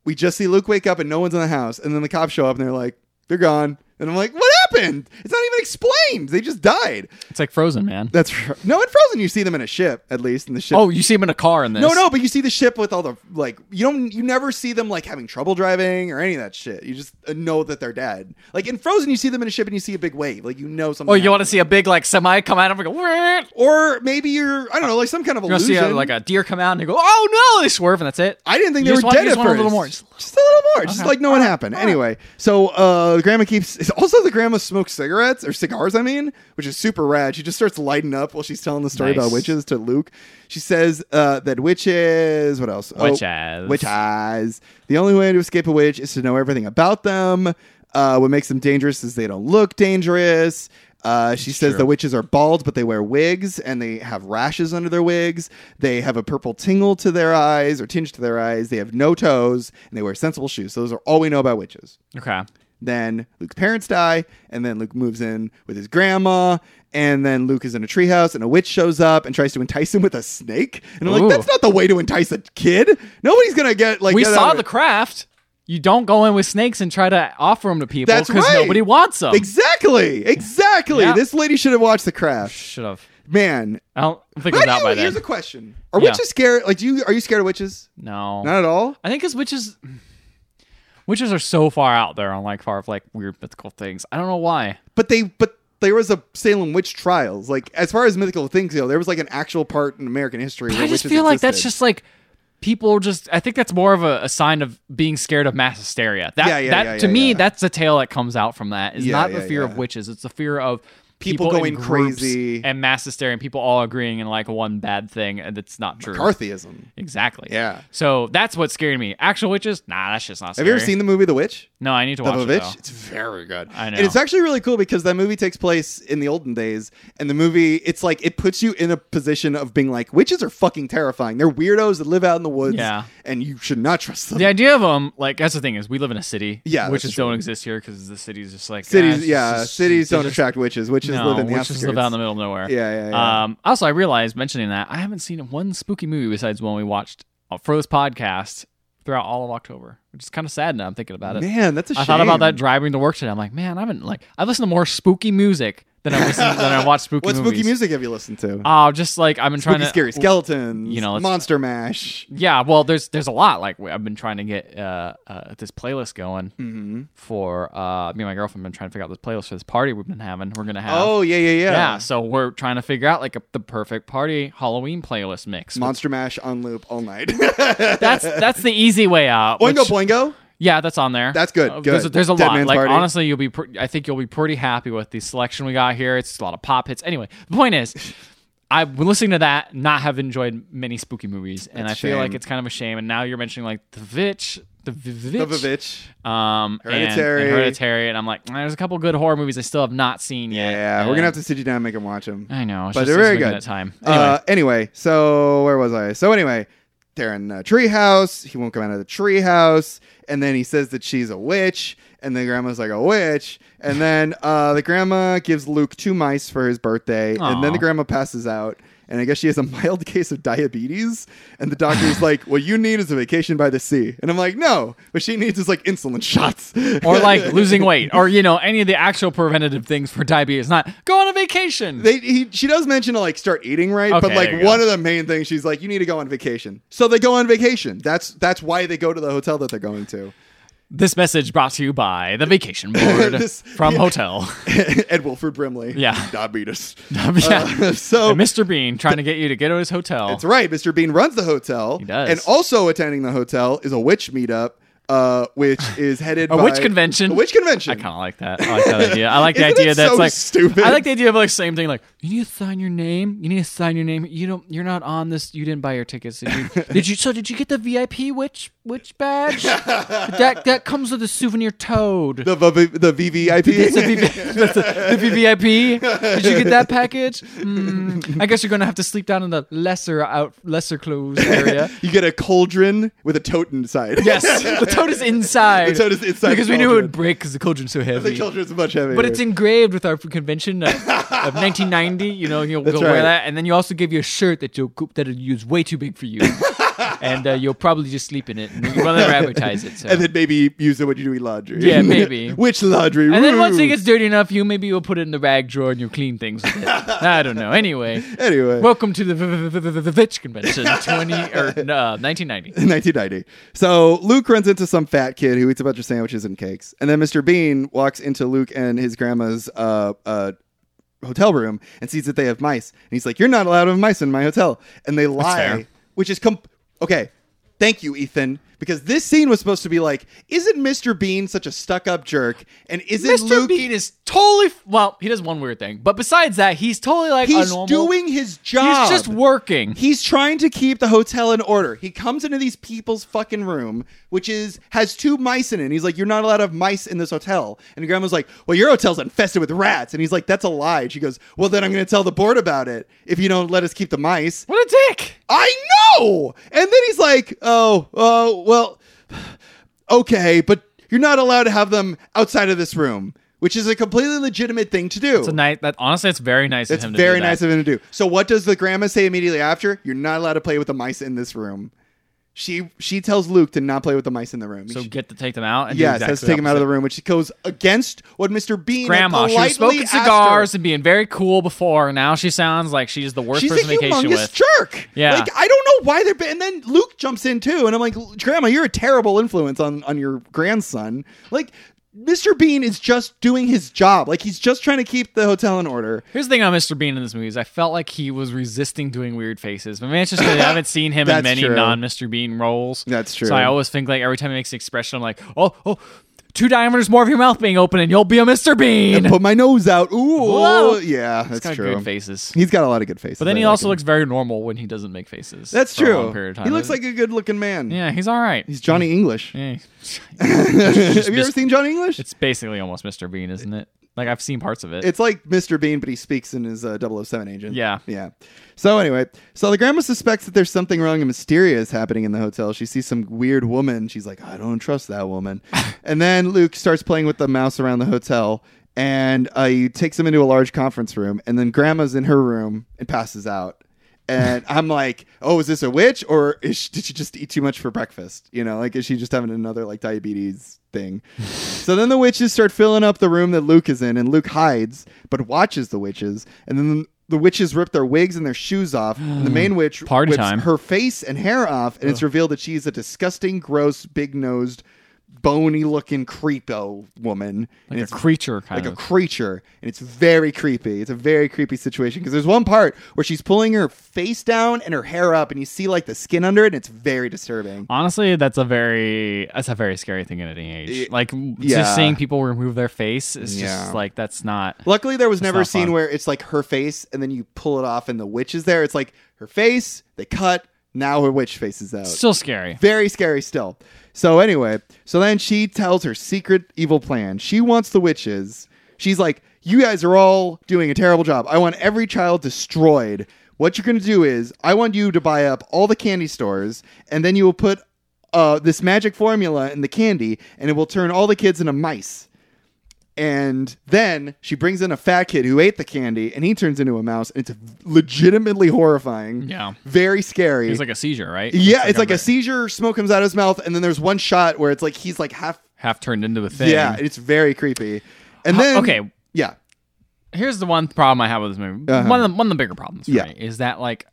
Speaker 1: We just see Luke wake up, and no one's in the house. And then the cops show up, and they're like, "They're gone." And I'm like, "What happened? It's not even explained. They just died."
Speaker 2: It's like Frozen, man.
Speaker 1: That's r- no in Frozen. You see them in a ship, at least in the ship.
Speaker 2: Oh, you see him in a car in this.
Speaker 1: No, no, but you see the ship with all the like. You don't. You never see them like having trouble driving or any of that shit. You just uh, know that they're dead. Like in Frozen, you see them in a ship and you see a big wave. Like you know something.
Speaker 2: Oh, you want to
Speaker 1: happened.
Speaker 2: see a big like semi come out and we go. "Wah!"
Speaker 1: Or maybe you're. I don't know. Like some kind of
Speaker 2: You want to
Speaker 1: illusion.
Speaker 2: see a, like a deer come out and they go, oh no, they swerve and that's it.
Speaker 1: I didn't think
Speaker 2: You
Speaker 1: they were
Speaker 2: just want-
Speaker 1: dead
Speaker 2: you
Speaker 1: at
Speaker 2: just want a
Speaker 1: first.
Speaker 2: little more.
Speaker 1: Just a little more. Just
Speaker 2: Okay.
Speaker 1: like no one happened. Anyway, so uh, grandma keeps. it's Also, the grandma smokes cigarettes or cigars. I mean, which is super rad. She just starts lighting up while she's telling the story
Speaker 2: Nice.
Speaker 1: about witches to Luke. She says uh, that witches. What else?
Speaker 2: Witches.
Speaker 1: witches. Oh, The only way to escape a witch is to know everything about them. Uh, what makes them dangerous is they don't look dangerous. Uh, she says
Speaker 2: Sure.
Speaker 1: the witches are bald, but they wear wigs and they have rashes under their wigs. They have a purple tingle to their eyes or tinge to their eyes. They have no toes and they wear sensible shoes. So those are all we know about witches.
Speaker 2: Okay.
Speaker 1: Then Luke's parents die, and then Luke moves in with his grandma, and then Luke is in a treehouse, and a witch shows up and tries to entice him with a snake. And I'm
Speaker 2: Ooh.
Speaker 1: like, that's not the way to entice a kid. Nobody's gonna get like
Speaker 2: we
Speaker 1: get
Speaker 2: saw
Speaker 1: out
Speaker 2: the
Speaker 1: of-
Speaker 2: craft. You don't go in with snakes and try to offer them to people
Speaker 1: That's
Speaker 2: because
Speaker 1: right.
Speaker 2: nobody wants them.
Speaker 1: exactly, exactly.
Speaker 2: Yeah.
Speaker 1: This lady should have watched the craft,
Speaker 2: Should have.
Speaker 1: man.
Speaker 2: I don't think it
Speaker 1: But
Speaker 2: was
Speaker 1: I
Speaker 2: out
Speaker 1: do-
Speaker 2: by
Speaker 1: here's
Speaker 2: then.
Speaker 1: a question: Are
Speaker 2: Yeah.
Speaker 1: witches scared? Like, do you are you scared of witches?
Speaker 2: no.
Speaker 1: Not at all.
Speaker 2: I think because witches, witches are so far out there on like far of like weird mythical things. I don't know why.
Speaker 1: But they but. There was a Salem witch trials. Like as far as mythical things go, there was like an actual part in American history.
Speaker 2: But
Speaker 1: where
Speaker 2: I just
Speaker 1: witches
Speaker 2: feel like that's
Speaker 1: existed.
Speaker 2: just like people are just. I think that's more of a, a sign of being scared of mass hysteria. That,
Speaker 1: Yeah, yeah,
Speaker 2: that
Speaker 1: yeah,
Speaker 2: to
Speaker 1: yeah,
Speaker 2: me,
Speaker 1: yeah.
Speaker 2: that's the tale that comes out from that. It's
Speaker 1: Yeah,
Speaker 2: not the
Speaker 1: yeah,
Speaker 2: fear
Speaker 1: yeah.
Speaker 2: of witches. It's the fear of
Speaker 1: People
Speaker 2: in
Speaker 1: going
Speaker 2: groups
Speaker 1: crazy.
Speaker 2: and mass hysteria, and people all agreeing in like one bad thing, and it's not true.
Speaker 1: Carthyism.
Speaker 2: Exactly.
Speaker 1: Yeah.
Speaker 2: So that's what scared me. Actual witches? Nah, that's just not
Speaker 1: Have
Speaker 2: scary.
Speaker 1: you ever seen the movie The Witch?
Speaker 2: No, I need to watch
Speaker 1: Of
Speaker 2: it.
Speaker 1: a Witch?
Speaker 2: though.
Speaker 1: It's very good.
Speaker 2: I know.
Speaker 1: And it's actually really cool because that movie takes place in the olden days, and the movie it's like it puts you in a position of being like witches are fucking terrifying. They're weirdos that live out in the woods,
Speaker 2: Yeah.
Speaker 1: and you should not trust them.
Speaker 2: The idea of them, like that's the thing is, we live in a city,
Speaker 1: Yeah,
Speaker 2: which
Speaker 1: that's
Speaker 2: just don't exist here because the city's just like
Speaker 1: cities,
Speaker 2: eh, it's
Speaker 1: yeah,
Speaker 2: just-
Speaker 1: cities
Speaker 2: they're
Speaker 1: don't
Speaker 2: just-
Speaker 1: attract witches. Witches
Speaker 2: No,
Speaker 1: live in the
Speaker 2: which just live out in the middle of nowhere.
Speaker 1: Yeah, yeah, yeah.
Speaker 2: Um, also, I realized mentioning that I haven't seen one spooky movie besides one we watched on Froze podcast throughout all of October, which is kind of sad now. I'm thinking about it.
Speaker 1: Man, that's a shame.
Speaker 2: I thought about that driving to work today. I'm like, man, I haven't like I listen to more spooky music than I listen than I watch spooky.
Speaker 1: What
Speaker 2: movies.
Speaker 1: spooky music have you listened to?
Speaker 2: Oh, just like I've been trying
Speaker 1: spooky, scary
Speaker 2: to
Speaker 1: skeletons.
Speaker 2: you know, it's-
Speaker 1: monster mash.
Speaker 2: Yeah, well, there's there's a lot. Like I've been trying to get uh, uh this playlist going
Speaker 1: Mm-hmm.
Speaker 2: for uh me and my girlfriend been trying to figure out this playlist for this party we've been having. We're gonna have
Speaker 1: Oh yeah, yeah, yeah.
Speaker 2: So we're trying to figure out like a, the perfect party Halloween playlist mix.
Speaker 1: Monster mash on loop all night. [laughs]
Speaker 2: that's that's the easy way out.
Speaker 1: Boingo
Speaker 2: which-
Speaker 1: boingo.
Speaker 2: Yeah, that's on there.
Speaker 1: That's good,
Speaker 2: Uh,
Speaker 1: good.
Speaker 2: There's, a- there's a
Speaker 1: Dead
Speaker 2: lot.
Speaker 1: Man's
Speaker 2: Like
Speaker 1: Party.
Speaker 2: honestly, you'll be. Pre- I think you'll be pretty happy with the selection we got here. It's a lot of pop hits. Anyway, the
Speaker 1: [laughs]
Speaker 2: point is, I've been listening to that, not have enjoyed many spooky movies, and I
Speaker 1: That's a
Speaker 2: feel like
Speaker 1: shame.
Speaker 2: it's kind of a shame. And now you're mentioning like the Vitch, the Vitch,
Speaker 1: Of a bitch.
Speaker 2: um, and-
Speaker 1: Hereditary.
Speaker 2: and, Hereditary, and I'm like, "Eh, there's a couple good horror movies I still have not seen yet.
Speaker 1: Yeah, we're
Speaker 2: and-
Speaker 1: gonna have to sit you down and make him watch
Speaker 2: [laughs]
Speaker 1: them.
Speaker 2: I know, it's
Speaker 1: but
Speaker 2: just-
Speaker 1: they're
Speaker 2: it's
Speaker 1: very
Speaker 2: making
Speaker 1: good.
Speaker 2: That time. Anyway,
Speaker 1: Uh, anyway, so where was I? So anyway, they're in a treehouse. He won't come out of the treehouse, and then he says that she's a witch, and the grandma's like a witch, and then uh, the grandma gives Luke two mice for his birthday, and then
Speaker 2: Aw.
Speaker 1: the grandma passes out. And I guess she has a [laughs] mild case of diabetes. And the doctor's like, What you need is a vacation by the sea. And I'm like, No, what she needs is like insulin shots. [laughs]
Speaker 2: or like losing weight, or you know, any of the actual preventative things for diabetes. Not go on a vacation.
Speaker 1: they he, she does mention to like start eating right, but
Speaker 2: Okay,
Speaker 1: like
Speaker 2: there you
Speaker 1: one
Speaker 2: go.
Speaker 1: of the main things she's like, you need to go on vacation. So they go on vacation. That's that's why they go to the hotel that they're going to. [laughs]
Speaker 2: This message brought to you by the Vacation Board
Speaker 1: This-
Speaker 2: from Hotel.
Speaker 1: [laughs]
Speaker 2: [laughs]
Speaker 1: Ed Wilford Brimley,
Speaker 2: Yeah.
Speaker 1: [laughs] diabetes.
Speaker 2: yeah.
Speaker 1: Uh, so
Speaker 2: And Mr. Bean trying to get you to go to his hotel.
Speaker 1: that's right. Mr. Bean runs the hotel. He
Speaker 2: does.
Speaker 1: And also attending the hotel is a witch meetup, uh,
Speaker 2: [laughs]
Speaker 1: which is headed
Speaker 2: A
Speaker 1: by,
Speaker 2: witch convention.
Speaker 1: A witch convention.
Speaker 2: I kind of like that. I
Speaker 1: [laughs]
Speaker 2: like that idea. I like the
Speaker 1: Isn't
Speaker 2: idea
Speaker 1: it
Speaker 2: that's
Speaker 1: so
Speaker 2: like
Speaker 1: stupid?
Speaker 2: I like the idea of like same thing. Like you need to sign your name. You need to sign your name. You don't. You're not on this. You didn't buy your tickets. Did
Speaker 1: [laughs]
Speaker 2: you? did you so did you get the VIP witch witch badge? that that comes with a souvenir toad.
Speaker 1: the v- the VVIP.
Speaker 2: It's
Speaker 1: [laughs]
Speaker 2: a VV [laughs] that's a- the VVIP. Did you get that package? Hmm. I guess you're gonna have to sleep down in the lesser out, lesser clothes
Speaker 1: [laughs]
Speaker 2: area.
Speaker 1: you get a cauldron with a tote inside.
Speaker 2: Yes, [laughs] the toad is inside.
Speaker 1: The toad is inside
Speaker 2: because
Speaker 1: the
Speaker 2: we knew it
Speaker 1: cauldron.
Speaker 2: would break because the cauldron's
Speaker 1: [laughs]
Speaker 2: so
Speaker 1: the
Speaker 2: heavy.
Speaker 1: cauldron's much heavier.
Speaker 2: But it's engraved with our convention of,
Speaker 1: [laughs]
Speaker 2: of 1990. You know, you'll, you'll
Speaker 1: right.
Speaker 2: wear that, and then you also give you a shirt that you'll that'll use way too big
Speaker 1: [laughs]
Speaker 2: for you, and uh, you'll probably just sleep in it. And you will never advertise it. So.
Speaker 1: and then maybe use it when you do laundry. [laughs]
Speaker 2: Yeah, maybe.
Speaker 1: Which laundry?
Speaker 2: And then once
Speaker 1: Woo.
Speaker 2: it gets dirty enough, you maybe you'll put it in the rag drawer and you'll clean things
Speaker 1: [laughs]
Speaker 2: with it. I don't know. Anyway,
Speaker 1: anyway, [laughs]
Speaker 2: welcome to the v- v- v- v- v- Vitch Convention 20 or uh, 1990.
Speaker 1: 1990. So Luke runs into some fat kid who eats a bunch of sandwiches and cakes, and then Mr. Bean walks into Luke and his grandma's uh, uh, hotel room and sees that they have mice, and he's like, "You're not allowed to have mice in my hotel," and they lie,
Speaker 2: fair.
Speaker 1: which is com- okay. Thank you, Ethan. Because this scene was supposed to be like, isn't Mr. Bean such a stuck up jerk? And isn't
Speaker 2: Mr.
Speaker 1: Luke
Speaker 2: Bean is totally well. He does one weird thing, but besides that, he's totally like a
Speaker 1: He's
Speaker 2: normal.
Speaker 1: doing his job.
Speaker 2: he's just working.
Speaker 1: He's trying to keep the hotel in order. He comes into these people's fucking room, which is has two mice in it. And he's like, "You're not allowed to have mice in this hotel." And grandma's like, "Well, your hotel's infested with rats." And he's like, "That's a lie." And she goes, "Well, then I'm going to tell the board about it if you don't let us keep the mice."
Speaker 2: What a dick!
Speaker 1: I know. And then he's like, "Oh, oh, well, okay, but you're not allowed to have them outside of this room." Which is a completely legitimate thing to do.
Speaker 2: It's a nice. That honestly, it's very nice
Speaker 1: It's
Speaker 2: of him. to
Speaker 1: very
Speaker 2: do that.
Speaker 1: nice of him to do. So what does the grandma say immediately after? You're not allowed to play with the mice in this room. She she tells Luke to not play with the mice in the room.
Speaker 2: So
Speaker 1: She-
Speaker 2: get to take them out. And do
Speaker 1: yes,
Speaker 2: exactly
Speaker 1: has to take him out of the room, which goes against what Mr. Bean had
Speaker 2: Grandma, she
Speaker 1: politely
Speaker 2: was smoking
Speaker 1: asked her.
Speaker 2: cigars and being very cool before. Now she sounds like she's the worst
Speaker 1: She's a
Speaker 2: person to vacation
Speaker 1: humongous
Speaker 2: with.
Speaker 1: jerk.
Speaker 2: Yeah.
Speaker 1: like I don't know why they're. ba- And then Luke jumps in too, and I'm like, Grandma, you're a terrible influence on on your grandson. Like. Mr. Bean is just doing his job. Like he's just trying to keep the hotel in order.
Speaker 2: Here's the thing about Mr. Bean in this movie is I felt like he was resisting doing weird faces. But maybe it's just 'cause I haven't seen him in
Speaker 1: That's
Speaker 2: many
Speaker 1: true.
Speaker 2: non Mr. Bean roles.
Speaker 1: That's true.
Speaker 2: So I always think like every time he makes an expression, I'm like, oh, oh, two diameters more of your mouth being open, and you'll be a Mr. Bean.
Speaker 1: And put my nose out. Ooh,
Speaker 2: Whoa.
Speaker 1: yeah,
Speaker 2: He's
Speaker 1: that's
Speaker 2: got
Speaker 1: true.
Speaker 2: good faces.
Speaker 1: He's got a lot of good faces.
Speaker 2: But then
Speaker 1: I
Speaker 2: he
Speaker 1: like
Speaker 2: also
Speaker 1: him.
Speaker 2: looks very normal when he doesn't make faces.
Speaker 1: That's
Speaker 2: for a
Speaker 1: true.
Speaker 2: long period of time.
Speaker 1: He looks like a good looking man.
Speaker 2: yeah, he's all right.
Speaker 1: He's Johnny English.
Speaker 2: Yeah.
Speaker 1: [laughs] Have you ever
Speaker 2: just-
Speaker 1: seen Johnny English? It's,
Speaker 2: It's basically almost Mr. Bean, isn't it? Like I've seen parts of it.
Speaker 1: like Mr. Bean, but he speaks in his uh, 007 agent.
Speaker 2: Yeah.
Speaker 1: Yeah. So, anyway, so the grandma suspects that there's something wrong and mysterious happening in the hotel. She sees some weird woman. She's like, I don't trust that
Speaker 2: [laughs]
Speaker 1: woman. and then Luke starts playing with the mouse around the hotel and uh, he takes him into a large conference room. And then grandma's in her room and passes out. and
Speaker 2: [laughs]
Speaker 1: I'm like, oh, is this a witch or is she, did she just eat too much for breakfast? You know, like is she just having another like diabetes
Speaker 2: [laughs]
Speaker 1: thing? so then the witches start filling up the room that Luke is in, and Luke hides but watches the witches, and then. The witches rip their wigs and their shoes off, and the
Speaker 2: [gasps]
Speaker 1: main witch
Speaker 2: Party
Speaker 1: whips
Speaker 2: time.
Speaker 1: her face and hair off, and it's revealed that she's a disgusting, gross, big-nosed, bony-looking creepo woman. and
Speaker 2: like a
Speaker 1: it's
Speaker 2: creature kind
Speaker 1: like a
Speaker 2: of.
Speaker 1: creature and it's very creepy it's a very creepy situation because there's one part where she's pulling her face down and her hair up and you see like the skin under it and it's very disturbing
Speaker 2: Honestly, that's a very that's a very scary thing at any age. Like m-
Speaker 1: yeah.
Speaker 2: just seeing people remove their face is
Speaker 1: Yeah.
Speaker 2: just like that's not.
Speaker 1: luckily there was never a
Speaker 2: not
Speaker 1: scene
Speaker 2: fun.
Speaker 1: where it's like her face and then you pull it off and the witch is there it's like her face they cut now her witch face is out
Speaker 2: Still scary.
Speaker 1: very scary still so anyway so then she tells her secret evil plan she wants the witches she's like you guys are all doing a terrible job i want every child destroyed what you're going to do is i want you to buy up all the candy stores and then you will put uh, this magic formula in the candy and it will turn all the kids into mice and then she brings in a fat kid who ate the candy and he turns into a mouse and it's legitimately horrifying
Speaker 2: Yeah.
Speaker 1: very scary
Speaker 2: It's like a seizure, right?
Speaker 1: yeah, it's like a
Speaker 2: ver-
Speaker 1: seizure. Smoke comes out of his mouth, and then there's one shot where it's like he's like half.
Speaker 2: half turned into a thing.
Speaker 1: Yeah, it's very creepy. And
Speaker 2: Ho-
Speaker 1: then
Speaker 2: okay.
Speaker 1: yeah,
Speaker 2: Here's the one problem I have with this movie.
Speaker 1: Uh-huh.
Speaker 2: One of the one of the bigger problems for
Speaker 1: Yeah.
Speaker 2: me is that like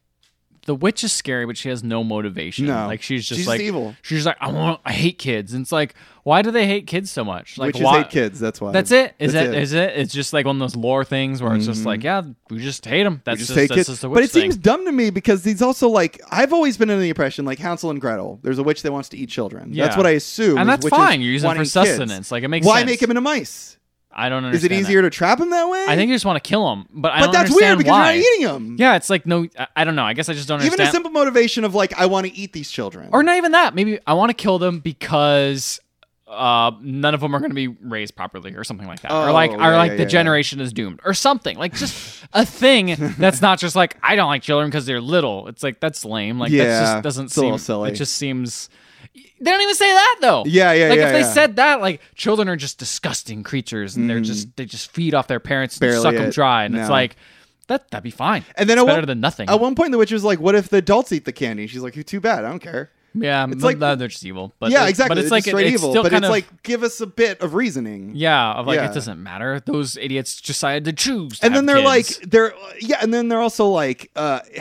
Speaker 2: the witch is scary, but she has no motivation.
Speaker 1: No.
Speaker 2: Like she's just
Speaker 1: She's
Speaker 2: like
Speaker 1: evil.
Speaker 2: She's like I want I hate kids, and it's like why do they hate kids so much? Like
Speaker 1: witches
Speaker 2: why
Speaker 1: hate kids. That's why.
Speaker 2: That's it.
Speaker 1: That's
Speaker 2: Is that
Speaker 1: it. Mm-hmm.
Speaker 2: is it? It's just like one of those lore things where it's just like, yeah, we just hate them.
Speaker 1: We
Speaker 2: That's
Speaker 1: just
Speaker 2: just,
Speaker 1: hate
Speaker 2: that's
Speaker 1: kids.
Speaker 2: just a witch
Speaker 1: But it
Speaker 2: thing.
Speaker 1: seems dumb to me because he's also like I've always been under the impression like Hansel and Gretel. There's a witch that wants to eat children. That's
Speaker 2: Yeah.
Speaker 1: what I assume.
Speaker 2: and
Speaker 1: is
Speaker 2: that's
Speaker 1: witches
Speaker 2: fine. You're using it for
Speaker 1: wanting kids.
Speaker 2: sustenance. Like it makes
Speaker 1: Why
Speaker 2: sense.
Speaker 1: make him into mice?
Speaker 2: I
Speaker 1: Is
Speaker 2: don't
Speaker 1: it
Speaker 2: understand. that.
Speaker 1: easier to trap him that way?
Speaker 2: I think you just want to kill him, but I
Speaker 1: But
Speaker 2: don't
Speaker 1: that's weird
Speaker 2: understand
Speaker 1: because
Speaker 2: why.
Speaker 1: you're not eating him.
Speaker 2: Yeah, it's like no. I, I don't know. I guess I just don't
Speaker 1: Even a
Speaker 2: understand.
Speaker 1: simple motivation of like I want to eat these children.
Speaker 2: or not even that. Maybe I want to kill them because. Uh, none of them are going to be raised properly, or something like that, or
Speaker 1: Oh,
Speaker 2: like, or
Speaker 1: yeah,
Speaker 2: like
Speaker 1: yeah,
Speaker 2: the
Speaker 1: yeah.
Speaker 2: generation is doomed, or something like just a thing that's not just like I don't like children because they're little. It's like that's lame. Like that
Speaker 1: Yeah,
Speaker 2: just doesn't
Speaker 1: it's a little
Speaker 2: seem.
Speaker 1: silly.
Speaker 2: It just seems. They don't even say that though.
Speaker 1: Yeah, yeah,
Speaker 2: Like
Speaker 1: yeah,
Speaker 2: if they
Speaker 1: yeah. Mm.
Speaker 2: said that, like children are just disgusting creatures, and they're just they just feed off their parents and
Speaker 1: Barely
Speaker 2: suck them
Speaker 1: it.
Speaker 2: dry, and it's
Speaker 1: No.
Speaker 2: like that that'd be fine.
Speaker 1: And then
Speaker 2: it's
Speaker 1: at one-
Speaker 2: better than nothing.
Speaker 1: At one point, the witch was like, "What if the adults eat the candy?" She's like, "Too bad. I don't care."
Speaker 2: Yeah, it's
Speaker 1: like-
Speaker 2: like they're just evil. But
Speaker 1: yeah,
Speaker 2: it-
Speaker 1: exactly.
Speaker 2: But it's,
Speaker 1: They're
Speaker 2: like
Speaker 1: just straight
Speaker 2: it's
Speaker 1: evil,
Speaker 2: still
Speaker 1: but
Speaker 2: kind
Speaker 1: it's
Speaker 2: of
Speaker 1: like give us a bit of reasoning.
Speaker 2: yeah, of like
Speaker 1: Yeah.
Speaker 2: it doesn't matter. Those idiots decided to choose. to
Speaker 1: and then
Speaker 2: have
Speaker 1: they're
Speaker 2: kids.
Speaker 1: like, they're yeah, and then they're also like, uh, [sighs] it's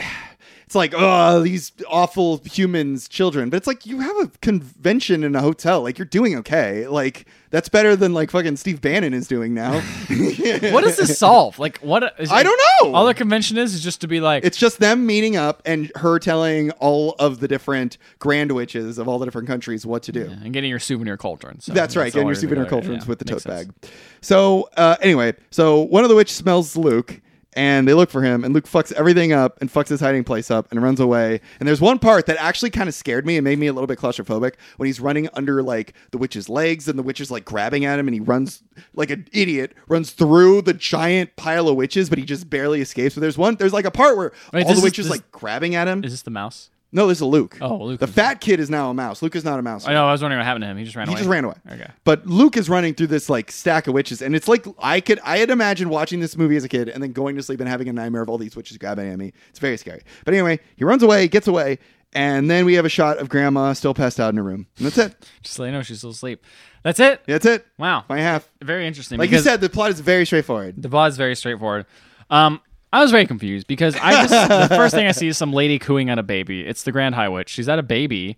Speaker 1: it's like oh these awful humans children but it's like you have a convention in a hotel like you're doing okay like that's better than like fucking steve bannon is doing now
Speaker 2: [laughs]
Speaker 1: [laughs]
Speaker 2: What does this solve? Like, what? Is
Speaker 1: I don't know.
Speaker 2: All the convention is is just to be like,
Speaker 1: it's just them meeting up and her telling all of the different grand witches of all the different countries what to do
Speaker 2: and getting your souvenir cauldron. So
Speaker 1: That's right.
Speaker 2: all
Speaker 1: Getting your
Speaker 2: we're
Speaker 1: souvenir
Speaker 2: together.
Speaker 1: culturins
Speaker 2: Yeah,
Speaker 1: with the tote
Speaker 2: makes sense.
Speaker 1: bag. So uh, anyway, so one of the witch smells Luke, and they look for him, and Luke fucks everything up and fucks his hiding place up and runs away. And there's one part that actually kind of scared me and made me a little bit claustrophobic when he's running under like the witch's legs, and the witch is like grabbing at him, and he runs like an idiot, runs through the giant pile of witches, but he just barely escapes. But there's one, there's like a part where
Speaker 2: Wait,
Speaker 1: all
Speaker 2: this
Speaker 1: the
Speaker 2: is-
Speaker 1: witches
Speaker 2: this-
Speaker 1: like grabbing at him.
Speaker 2: Is this the mouse?
Speaker 1: no, there's a Luke.
Speaker 2: Oh, Luke
Speaker 1: The
Speaker 2: is-
Speaker 1: fat kid is now a mouse. Luke is not a mouse.
Speaker 2: I know. I was wondering what happened to him. He just ran
Speaker 1: He
Speaker 2: away.
Speaker 1: just ran away.
Speaker 2: Okay.
Speaker 1: But Luke is running through this like stack of witches, and it's like I could I had imagined watching this movie as a kid and then going to sleep and having a nightmare of all these witches grabbing at me. It's very scary. But anyway, he runs away, gets away, and then we have a shot of grandma still passed out in her room. And that's it.
Speaker 2: Just so you know, she's still asleep. That's it.
Speaker 1: That's it.
Speaker 2: Wow.
Speaker 1: My half.
Speaker 2: Very interesting.
Speaker 1: Like you
Speaker 2: because
Speaker 1: said, the plot is very straightforward.
Speaker 2: the plot is very straightforward. Um, I was very confused because I just
Speaker 1: [laughs]
Speaker 2: the first thing I see is some lady cooing at a baby. It's the Grand High Witch. She's at a baby.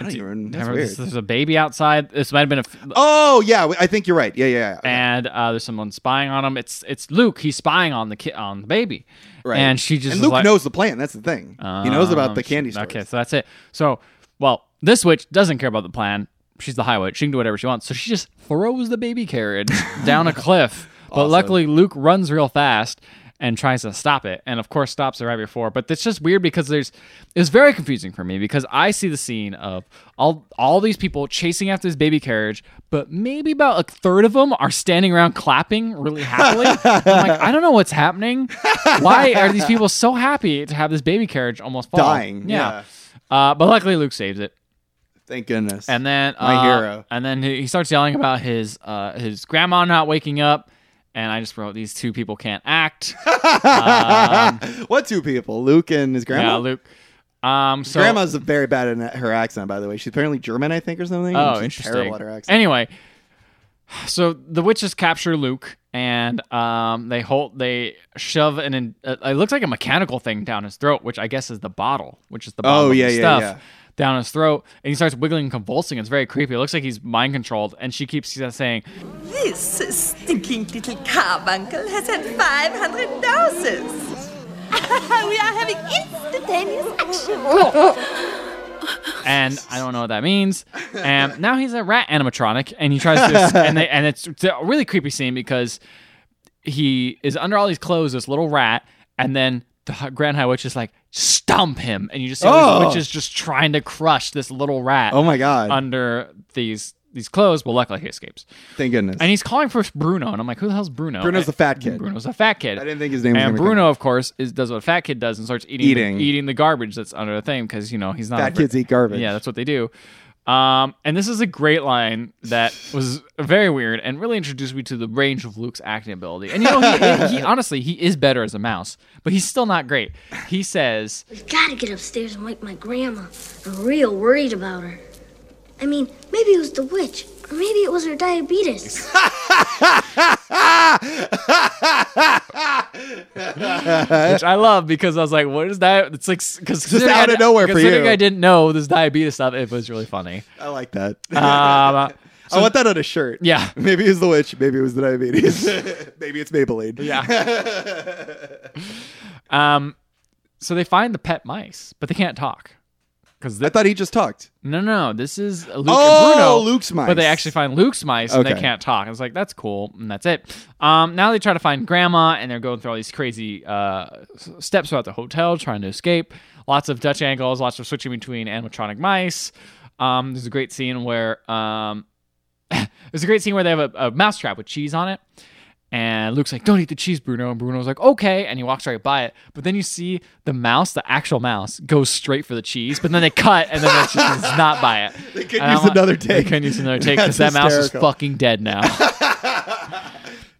Speaker 1: I don't even that's
Speaker 2: Remember,
Speaker 1: weird.
Speaker 2: this- There's a baby outside. This might have been a. f-
Speaker 1: Oh yeah, I think you're right. Yeah, yeah. yeah.
Speaker 2: and uh, there's someone spying on him. It's it's Luke. He's spying on the kid on the baby.
Speaker 1: Right.
Speaker 2: And she just
Speaker 1: And
Speaker 2: was
Speaker 1: Luke
Speaker 2: like,
Speaker 1: knows the plan. That's the thing. he knows about
Speaker 2: Um,
Speaker 1: the candy
Speaker 2: she-
Speaker 1: store.
Speaker 2: Okay, so that's it. So, well, this witch doesn't care about the plan. She's the high witch. She can do whatever she wants. So she just throws the baby carriage [laughs] down a cliff. But luckily, Luke runs real fast and tries to stop it, and of course, stops it right before. But it's just weird because there's it's very confusing for me because I see the scene of all all these people chasing after this baby carriage, but maybe about a third of them are standing around clapping really happily. I'm like, I don't know what's happening. Why are these people so happy to have this baby carriage almost fall?
Speaker 1: Dying,
Speaker 2: Yeah. Uh, but luckily, Luke saves it,
Speaker 1: Thank goodness. [laughs]
Speaker 2: and then
Speaker 1: My
Speaker 2: uh,
Speaker 1: hero.
Speaker 2: And then he he starts yelling about his uh, his grandma not waking up, and I just wrote these two people can't act.
Speaker 1: what two people? Luke and his [laughs] grandma.
Speaker 2: um, yeah, Luke. Um, so
Speaker 1: Grandma's very bad at her accent, by the way. She's apparently German, I think, or something. and
Speaker 2: oh,
Speaker 1: she's
Speaker 2: interesting.
Speaker 1: Terrible at her accent.
Speaker 2: Anyway, so the witches capture Luke, and um, they hold they shove an in- uh, it looks like a mechanical thing down his throat, which I guess is the bottle, which is the bottle of
Speaker 1: Oh, yeah,
Speaker 2: the
Speaker 1: yeah,
Speaker 2: stuff.
Speaker 1: yeah.
Speaker 2: Down his throat, and he starts wiggling and convulsing. It's very creepy. It looks like he's mind controlled, and she keeps saying,
Speaker 3: This stinking little carbuncle has had 500 doses. [laughs] we are having instantaneous action.
Speaker 2: and I don't know what
Speaker 1: [laughs]
Speaker 2: that means. And now he's a rat animatronic, and he tries to, and they, and it's, it's a really creepy scene because he is under all these clothes, this little rat, and then the Hi- Grand High Witch is like stomp him, and you just see
Speaker 1: Oh.
Speaker 2: all these witches just trying to crush this little rat.
Speaker 1: Oh my God.
Speaker 2: Under these these clothes, well, luckily he escapes,
Speaker 1: Thank goodness.
Speaker 2: and he's calling for Bruno, and I'm like, who the hell's Bruno?
Speaker 1: Bruno's the fat kid.
Speaker 2: Bruno's the fat kid.
Speaker 1: I didn't think his name was
Speaker 2: And
Speaker 1: gonna come
Speaker 2: Bruno, of course, is does what a fat kid does and starts eating
Speaker 1: Eating.
Speaker 2: The, eating the garbage that's under the thing because you know he's not
Speaker 1: Fat
Speaker 2: a fr-
Speaker 1: kids eat garbage.
Speaker 2: Yeah, that's what they do. Um, and this is a great line that was very weird and really introduced me to the range of Luke's acting ability. And you know, he, he honestly he is better as a mouse, but he's still not great. He says,
Speaker 4: Gotta get upstairs and wake my grandma. I'm real worried about her. I mean, maybe it was the witch, or maybe it was her diabetes.
Speaker 2: which I love because I was like, "What is that?" It's like because
Speaker 1: Uh, out of nowhere for you.
Speaker 2: I didn't know this diabetes stuff. It was really funny.
Speaker 1: [laughs] I like that.
Speaker 2: Um,
Speaker 1: I want that on a shirt.
Speaker 2: yeah.
Speaker 1: [laughs] Maybe it was the witch. Maybe it was the diabetes. [laughs] maybe it's Maybelline.
Speaker 2: Yeah. [laughs] um, so they find the pet mice, but they can't talk. Because
Speaker 1: I thought he just talked.
Speaker 2: no, no, this is Luke
Speaker 1: Oh,
Speaker 2: and Bruno.
Speaker 1: Luke's mice.
Speaker 2: but they actually find Luke's mice and they
Speaker 1: Okay.
Speaker 2: can't talk. I was like, that's cool, and that's it. Um, now they try to find Grandma, and they're going through all these crazy uh, s- steps throughout the hotel, trying to escape. Lots of Dutch angles, lots of switching between animatronic mice. Um, there's a great scene where um, there's a great scene where they have a, a mouse trap with cheese on it. And Luke's like, "Don't eat the cheese, Bruno." And Bruno's like, "Okay," and he walks right by it. But then you see the mouse, the actual mouse, goes straight for the cheese. But then they cut, and then the cheese is not
Speaker 1: [laughs]
Speaker 2: by it. They
Speaker 1: could use another
Speaker 2: They
Speaker 1: take.
Speaker 2: couldn't use another take because
Speaker 1: That's
Speaker 2: that mouse is
Speaker 1: hysterical.
Speaker 2: fucking
Speaker 1: [laughs]
Speaker 2: dead now.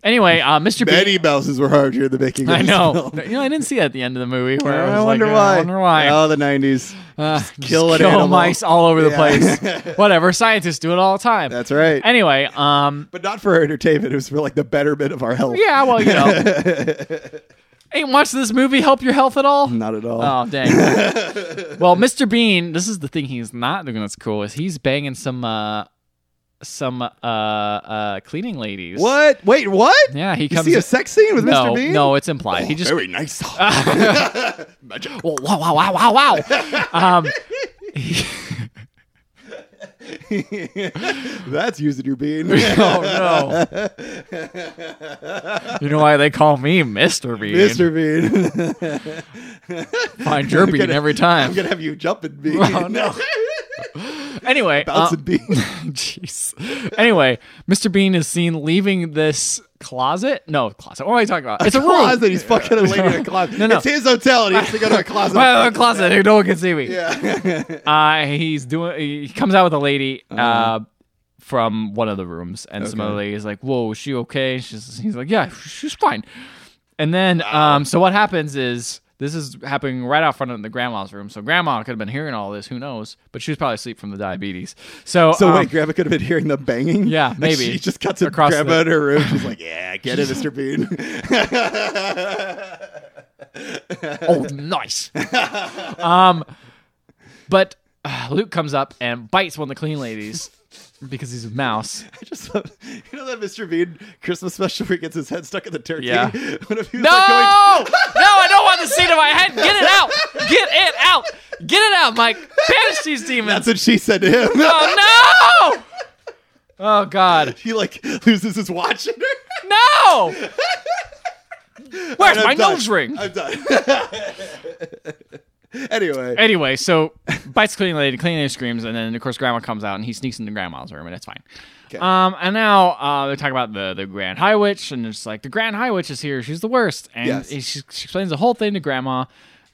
Speaker 2: anyway, uh, Mr. B-
Speaker 1: Many mouses were hard here in the making. of
Speaker 2: I
Speaker 1: this
Speaker 2: know. [laughs]
Speaker 1: film.
Speaker 2: You know, I didn't see that at the end of the movie. Where I,
Speaker 1: I
Speaker 2: was
Speaker 1: wonder
Speaker 2: like, uh,
Speaker 1: why.
Speaker 2: I wonder why.
Speaker 1: Oh, the nineties.
Speaker 2: Uh, just
Speaker 1: kill an animal.
Speaker 2: mice all over the
Speaker 1: Yeah. [laughs]
Speaker 2: place. Whatever. Scientists do it all the time.
Speaker 1: That's right.
Speaker 2: Anyway, um,
Speaker 1: [laughs] but not for our entertainment. It was for like the betterment of our health.
Speaker 2: Yeah, well, you know. Ain't watched this movie help your health at all?
Speaker 1: Not at all.
Speaker 2: Oh dang.
Speaker 1: [laughs]
Speaker 2: well, Mr. Bean, this is the thing he's not doing that's cool is he's banging some uh some uh uh cleaning ladies.
Speaker 1: What? Wait, what?
Speaker 2: Yeah, he
Speaker 1: you
Speaker 2: comes
Speaker 1: see
Speaker 2: in-
Speaker 1: a sex scene with
Speaker 2: No,
Speaker 1: Mr. Bean? Oh,
Speaker 2: no, it's implied. he just Ah.
Speaker 1: very
Speaker 2: [laughs]
Speaker 1: nice. Magic.
Speaker 2: Oh, wow wow
Speaker 1: [laughs]
Speaker 2: wow wow wow. um he-
Speaker 1: That's using your
Speaker 2: [laughs]
Speaker 1: bean.
Speaker 2: Oh no. You know why they call me Mr. Bean?
Speaker 1: Mr.
Speaker 2: [laughs]
Speaker 1: Bean.
Speaker 2: Find
Speaker 1: [laughs]
Speaker 2: your bean every
Speaker 1: I'm
Speaker 2: time.
Speaker 1: gonna have you jumping bean. [laughs]
Speaker 2: Oh, no. Anyway, uh,
Speaker 1: Bouncing bean.
Speaker 2: [laughs]
Speaker 1: [laughs]
Speaker 2: Jeez. Anyway, Mr. Bean is seen leaving this closet. No, closet. What am I talking about? It's a room.
Speaker 1: Closet. He's fucking a lady in a closet.
Speaker 2: No, no.
Speaker 1: It's his hotel and he has to
Speaker 2: [laughs]
Speaker 1: go to a closet.
Speaker 2: Well, a closet. here, No one can see me.
Speaker 1: yeah.
Speaker 2: [laughs]
Speaker 1: Uh-huh.
Speaker 2: Uh, he's doing. He comes out with a lady uh, from one of the rooms, and some other lady is like, "Whoa, is she okay?" She's. He's like, "Yeah, she's fine." And then, um, so what happens is this is happening right out front of the grandma's room. So grandma could have been hearing all this. Who knows? But she was probably asleep from the diabetes. So
Speaker 1: So
Speaker 2: um,
Speaker 1: wait, Grandma could have been hearing the banging.
Speaker 2: Yeah,
Speaker 1: Like,
Speaker 2: maybe.
Speaker 1: she just got to
Speaker 2: Across
Speaker 1: Grandma
Speaker 2: the-
Speaker 1: in her room. She's like, "Yeah,
Speaker 2: [laughs]
Speaker 1: get it, Mr. [laughs] Bean." [laughs]
Speaker 2: oh nice um but uh, luke comes up and bites one of the clean ladies because he's
Speaker 1: [laughs]
Speaker 2: a mouse
Speaker 1: I just love, you know that Mr. Bean Christmas special where he gets his head stuck in the turkey. [laughs]
Speaker 2: Yeah.
Speaker 1: What if he was
Speaker 2: no no
Speaker 1: like going,
Speaker 2: i don't want the scene in my head get it out get it out get it out mike banish these demons
Speaker 1: That's what she said to him.
Speaker 2: oh no oh
Speaker 1: [laughs]
Speaker 2: god
Speaker 1: he like loses his watch. in her. [laughs]
Speaker 2: no where's
Speaker 1: And I'm
Speaker 2: my
Speaker 1: done.
Speaker 2: nose ring
Speaker 1: I'm done. [laughs] anyway,
Speaker 2: anyway, so bites clean lady, clean lady screams, and then of course grandma comes out and he sneaks into grandma's room, and it's fine. Um, and now uh, they're talking about the the Grand High Witch, and it's like the Grand High Witch is here. She's the worst, and
Speaker 1: Yes.
Speaker 2: she, she explains the whole thing to grandma.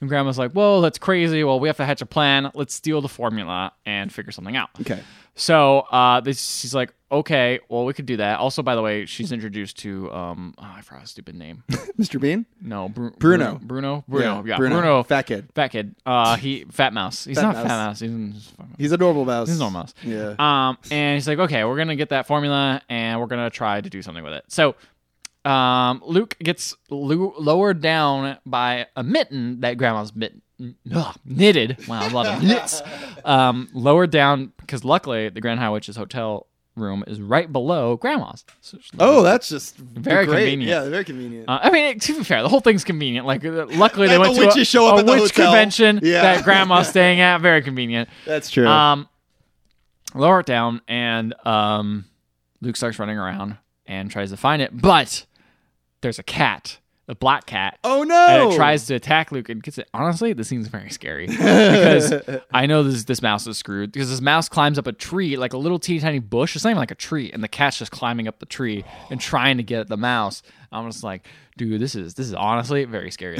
Speaker 2: And grandma's like, "Whoa, that's crazy. Well, we have to hatch a plan. Let's steal the formula and figure something out."
Speaker 1: okay.
Speaker 2: So uh, this, she's like, "Okay, well, we could do that." Also, by the way, she's introduced to um, oh, I forgot his stupid name.
Speaker 1: [laughs] Mr. Bean.
Speaker 2: No, Bru-
Speaker 1: Bruno.
Speaker 2: Bruno, Bruno, yeah,
Speaker 1: Bruno.
Speaker 2: Bruno,
Speaker 1: Fat kid.
Speaker 2: Fat kid. Uh, he fat mouse. He's
Speaker 1: Fat
Speaker 2: not
Speaker 1: mouse.
Speaker 2: fat mouse. He's, he's, fat mouse.
Speaker 1: He's a normal mouse.
Speaker 2: he's normal mouse.
Speaker 1: Yeah.
Speaker 2: Um, and he's like, okay, we're gonna get that formula, and we're gonna try to do something with it. So, um, Luke gets lu- lowered down by a mitten that Grandma's mitten. Ugh, knitted. Wow, a
Speaker 1: [laughs]
Speaker 2: lot of knits. Um, lowered down because luckily the Grand High Witch's hotel room is right below Grandma's. So she's
Speaker 1: oh, that's just
Speaker 2: Very
Speaker 1: great.
Speaker 2: convenient.
Speaker 1: Yeah, very convenient.
Speaker 2: uh, I mean, to be fair, the whole thing's convenient. Like, uh, luckily they
Speaker 1: And the
Speaker 2: went to a,
Speaker 1: witches show up
Speaker 2: a
Speaker 1: at the
Speaker 2: witch
Speaker 1: hotel.
Speaker 2: convention
Speaker 1: Yeah.
Speaker 2: that grandma's staying at. Very convenient.
Speaker 1: that's true.
Speaker 2: Um, lower it down, and um, Luke starts running around and tries to find it, but there's a cat, a black cat.
Speaker 1: oh no!
Speaker 2: And it tries to attack Luke and gets it. Honestly, this seems very scary
Speaker 1: [laughs]
Speaker 2: because I know this this mouse is screwed because this mouse climbs up a tree like a little teeny tiny bush. It's not even like a tree, and the cat's just climbing up the tree and trying to get at the mouse. I'm just like, dude, this is this is honestly very
Speaker 1: [laughs]
Speaker 2: scary.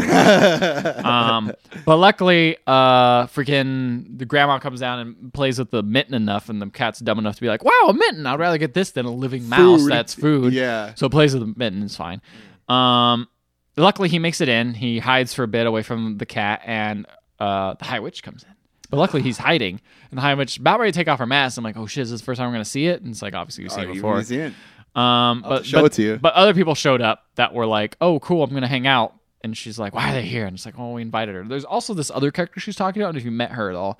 Speaker 2: um, but luckily, uh, freaking the grandma comes down and plays with the mitten enough, and the cat's dumb enough to be like, wow, a mitten. I'd rather get this than a living mouse
Speaker 1: Food.
Speaker 2: that's food.
Speaker 1: Yeah.
Speaker 2: So it plays with the mitten is fine. Um, luckily he makes it in. He hides for a bit away from the cat, and uh, the high witch comes in. But luckily
Speaker 1: [sighs]
Speaker 2: he's hiding, and the high witch about ready to take off her mask. I'm like, oh shit, is this the first time we're gonna see it? And it's like obviously we've
Speaker 1: Oh,
Speaker 2: seen it
Speaker 1: you
Speaker 2: before.
Speaker 1: easy in.
Speaker 2: Um, but
Speaker 1: show
Speaker 2: but,
Speaker 1: it to you.
Speaker 2: But other people showed up that were like, "Oh, cool, I'm gonna hang out." And she's like, "Why are they here?" And it's like, "Oh, we invited her." There's also this other character she's talking about. And if you met her at all,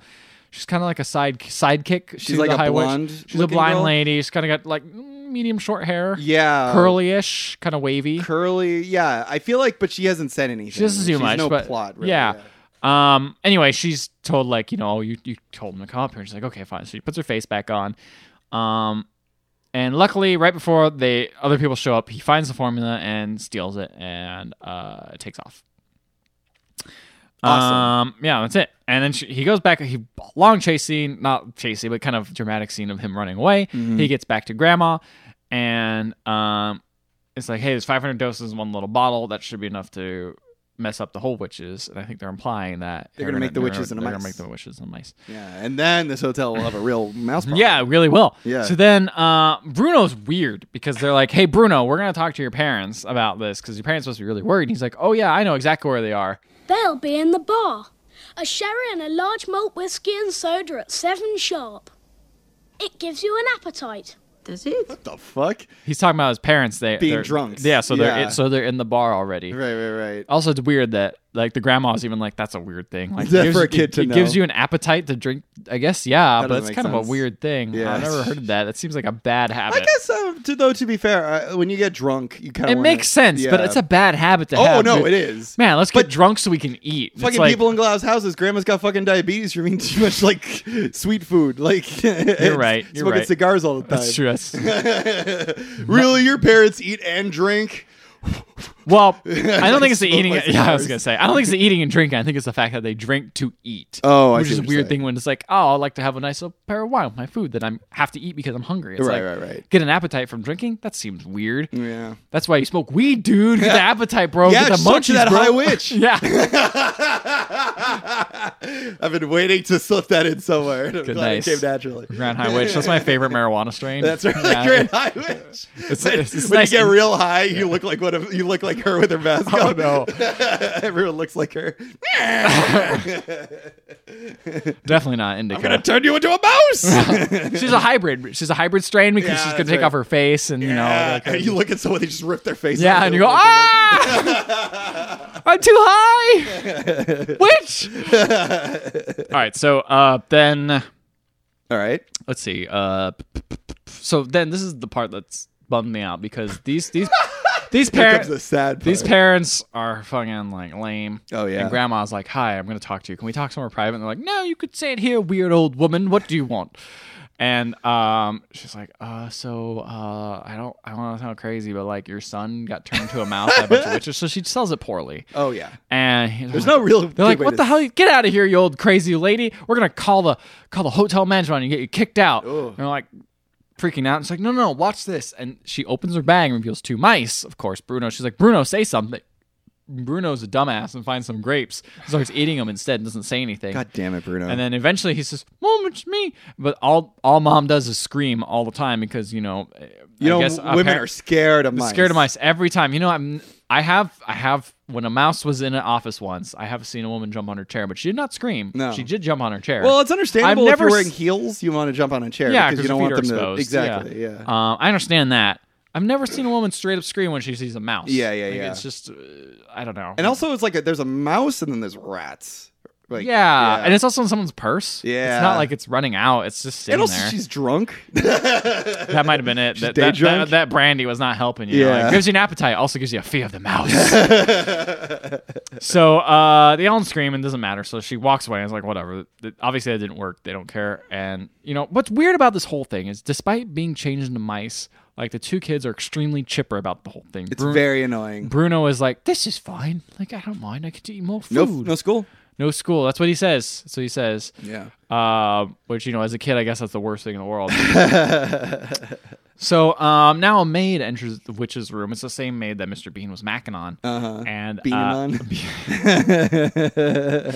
Speaker 2: she's kind of like a side sidekick.
Speaker 1: She's like a
Speaker 2: high witch.
Speaker 1: blonde
Speaker 2: She's a
Speaker 1: looking
Speaker 2: blind
Speaker 1: girl?
Speaker 2: lady. She's kind of got like mm, medium short hair,
Speaker 1: Yeah.
Speaker 2: curly-ish, kind of wavy.
Speaker 1: Curly. Yeah. I feel like, but she hasn't said anything.
Speaker 2: she doesn't do
Speaker 1: She's
Speaker 2: much.
Speaker 1: No
Speaker 2: but
Speaker 1: plot. Really.
Speaker 2: yeah. Um. Anyway, she's told like you know oh, you you told him to come up here. She's like okay fine. So she puts her face back on. Um. And luckily, right before they other people show up, he finds the formula and steals it and uh takes off.
Speaker 1: Awesome.
Speaker 2: Um, yeah, that's it. And then she, he goes back. He long chase scene, not chasey, but kind of dramatic scene of him running away.
Speaker 1: Mm-hmm.
Speaker 2: He gets back to grandma, and um, it's like, hey, there's 500 doses in one little bottle. That should be enough to mess up the whole witches. And I think they're implying that
Speaker 1: They're gonna make the
Speaker 2: they're
Speaker 1: witches into
Speaker 2: gonna- they're gonna
Speaker 1: mice.
Speaker 2: make the witches and mice.
Speaker 1: Yeah. And then this hotel will have a real mouse. Problem.
Speaker 2: Yeah, it really will.
Speaker 1: Yeah.
Speaker 2: So then uh, Bruno's weird because they're like, hey, Bruno, we're going to talk to your parents about this because your parents must be really worried. he's like, oh, yeah, I know exactly where they are.
Speaker 5: They'll be in the bar. A sherry and a large malt whiskey and soda at seven sharp. It gives you an appetite.
Speaker 3: Does it?
Speaker 1: the fuck?
Speaker 2: He's talking about his parents. They
Speaker 1: Being
Speaker 2: they're-
Speaker 1: drunks.
Speaker 2: Yeah, so they're
Speaker 1: Yeah.
Speaker 2: so they're in the bar already.
Speaker 1: Right, right, right.
Speaker 2: Also, it's weird that like the grandma's even like that's a weird thing. Like
Speaker 1: that
Speaker 2: it gives
Speaker 1: for a
Speaker 2: you-
Speaker 1: kid
Speaker 2: it,
Speaker 1: to
Speaker 2: it gives
Speaker 1: know?
Speaker 2: you an appetite to drink. I guess
Speaker 1: That
Speaker 2: yeah, but
Speaker 1: doesn't
Speaker 2: it's
Speaker 1: make
Speaker 2: kind of
Speaker 1: sense.
Speaker 2: a weird thing.
Speaker 1: Yeah.
Speaker 2: I've never heard of that. That seems like a bad habit.
Speaker 1: I guess, um, to, though, to be fair, uh, when you get drunk, you kind
Speaker 2: it
Speaker 1: of
Speaker 2: makes sense, but it's a bad habit to
Speaker 1: Oh,
Speaker 2: have.
Speaker 1: no,
Speaker 2: dude.
Speaker 1: it is.
Speaker 2: Man, let's get
Speaker 1: But-
Speaker 2: drunk so we can eat. It's
Speaker 1: Fucking
Speaker 2: like-
Speaker 1: people in glass houses. Grandma's got fucking diabetes from eating too much like sweet food. Like you're [laughs]
Speaker 2: right, you're
Speaker 1: smoking
Speaker 2: right.
Speaker 1: cigars all the time.
Speaker 2: That's true.
Speaker 1: [laughs]
Speaker 2: That's-
Speaker 1: Really, your parents eat and drink. [laughs]
Speaker 2: well, I don't think it's the
Speaker 1: Smoke
Speaker 2: eating.
Speaker 1: my
Speaker 2: Yeah, I was
Speaker 1: cigars.
Speaker 2: gonna say I don't think it's the eating and drinking. I think it's the fact that they drink to eat.
Speaker 1: Oh, I
Speaker 2: which
Speaker 1: see
Speaker 2: is a
Speaker 1: what you're
Speaker 2: weird
Speaker 1: saying.
Speaker 2: thing when it's like, oh, I like to have a nice little pair of wine with my food that I have to eat because I'm hungry. It's
Speaker 1: Right,
Speaker 2: like,
Speaker 1: right, right.
Speaker 2: Get an appetite from drinking? That seems weird.
Speaker 1: Yeah.
Speaker 2: That's why you smoke weed, dude. Get the appetite, bro.
Speaker 1: Yeah,
Speaker 2: Get the
Speaker 1: suck
Speaker 2: munchies,
Speaker 1: to that
Speaker 2: bro. [laughs]
Speaker 1: high witch. [laughs]
Speaker 2: yeah.
Speaker 1: I've been waiting to slip that in somewhere. I'm glad
Speaker 2: nice.
Speaker 1: it came naturally.
Speaker 2: Grand High Witch. That's my favorite marijuana strain.
Speaker 1: That's right,
Speaker 2: Yeah. [laughs]
Speaker 1: Grand High Witch.
Speaker 2: It's- it's- it's
Speaker 1: when
Speaker 2: nice
Speaker 1: you get
Speaker 2: and-
Speaker 1: real high, you look like what a, you look like her with her mask
Speaker 2: [laughs] Oh,
Speaker 1: on.
Speaker 2: no.
Speaker 1: [laughs] Everyone looks like her.
Speaker 2: Definitely not indica.
Speaker 1: I'm gonna turn you into a
Speaker 2: [laughs]
Speaker 1: mouse.
Speaker 2: She's a hybrid. She's a hybrid strain because
Speaker 1: Yeah,
Speaker 2: she's gonna
Speaker 1: that's
Speaker 2: take
Speaker 1: right.
Speaker 2: off her face and you know.
Speaker 1: Yeah.
Speaker 2: like,
Speaker 1: And you look at someone, they just rip their face.
Speaker 2: yeah,
Speaker 1: off.
Speaker 2: and you go, "Oh." ah, I'm too high,
Speaker 1: [laughs]
Speaker 2: witch. All right, so uh, then
Speaker 1: All right.
Speaker 2: let's see. Uh, p- p- p- p- so then this is the part that's bummed me out because these these these
Speaker 1: Here comes
Speaker 2: parents
Speaker 1: the sad. Part.
Speaker 2: these parents are fucking like lame.
Speaker 1: Oh, yeah.
Speaker 2: And grandma's like, "Hi, I'm gonna talk to you. Can we talk somewhere private?" And they're like, "No, you could say it here, weird old woman. What do you want?" And um, she's like, "Uh, so uh, I don't, I don't want to sound crazy, but like your son got turned to a mouse by
Speaker 1: [laughs]
Speaker 2: a bunch of witches, so she sells it poorly."
Speaker 1: oh yeah.
Speaker 2: And he's
Speaker 1: There's
Speaker 2: like-
Speaker 1: no real. good
Speaker 2: They're like,
Speaker 1: way
Speaker 2: "What
Speaker 1: to
Speaker 2: the hell? Get out of here, you old crazy lady! We're gonna call the call the hotel management and get you kicked out." And they're like freaking out. It's like, "No, no, no! Watch this!" And she opens her bag and reveals two mice. Of course, Bruno. She's like, "Bruno, say something." Bruno's a dumbass and finds some grapes. and starts eating them instead and doesn't say anything.
Speaker 1: God damn it, Bruno.
Speaker 2: And then eventually he says, "Mom, it's me!" But all all mom does is scream all the time because you know,
Speaker 1: you
Speaker 2: I
Speaker 1: know,
Speaker 2: guess
Speaker 1: women
Speaker 2: apparent-
Speaker 1: are scared of mice.
Speaker 2: Scared of mice every time. You know, I'm. I have. I have. When a mouse was in an office once, I have seen a woman jump on her chair, but she did not scream.
Speaker 1: No.
Speaker 2: she did jump on her chair.
Speaker 1: Well, it's understandable
Speaker 2: I've
Speaker 1: if you're
Speaker 2: never
Speaker 1: wearing
Speaker 2: s-
Speaker 1: heels, you want to jump on a chair
Speaker 2: yeah,
Speaker 1: because you
Speaker 2: her
Speaker 1: don't want
Speaker 2: feet are
Speaker 1: them
Speaker 2: exposed.
Speaker 1: to exactly. Yeah.
Speaker 2: Um, I understand that. I've never seen a woman straight up scream when she sees a mouse.
Speaker 1: Yeah, yeah,
Speaker 2: Like,
Speaker 1: yeah.
Speaker 2: It's just, uh, I don't know.
Speaker 1: and also, it's like a, there's a mouse and then there's rats. Like,
Speaker 2: yeah. and it's also in someone's purse.
Speaker 1: Yeah.
Speaker 2: it's not like it's running out. It's just
Speaker 1: and
Speaker 2: sitting
Speaker 1: also
Speaker 2: there.
Speaker 1: she's
Speaker 2: [laughs]
Speaker 1: drunk.
Speaker 2: That might have been it. That,
Speaker 1: day
Speaker 2: that,
Speaker 1: drunk?
Speaker 2: that, that brandy was not helping you.
Speaker 1: Yeah.
Speaker 2: Like, gives you an appetite, also gives you a fear of
Speaker 1: [laughs]
Speaker 2: the mouse. so uh, they all scream and it doesn't matter. So she walks away and is like, whatever. Th- Obviously, that didn't work. They don't care. And, you know, what's weird about this whole thing is despite being changed into mice, like the two kids are extremely chipper about the whole thing.
Speaker 1: It's
Speaker 2: Bru-
Speaker 1: very annoying.
Speaker 2: Bruno is like, this is fine. Like, I don't mind. I get to eat more
Speaker 1: No,
Speaker 2: food.
Speaker 1: no school.
Speaker 2: No school. That's what he says. That's what he says.
Speaker 1: Yeah.
Speaker 2: Uh, which you know, as a kid, I guess that's the worst thing in the [laughs] world. so um, now a maid enters the witch's room. It's the same maid that Mr. Bean was macking on, uh-huh. and
Speaker 1: Beaning
Speaker 2: uh,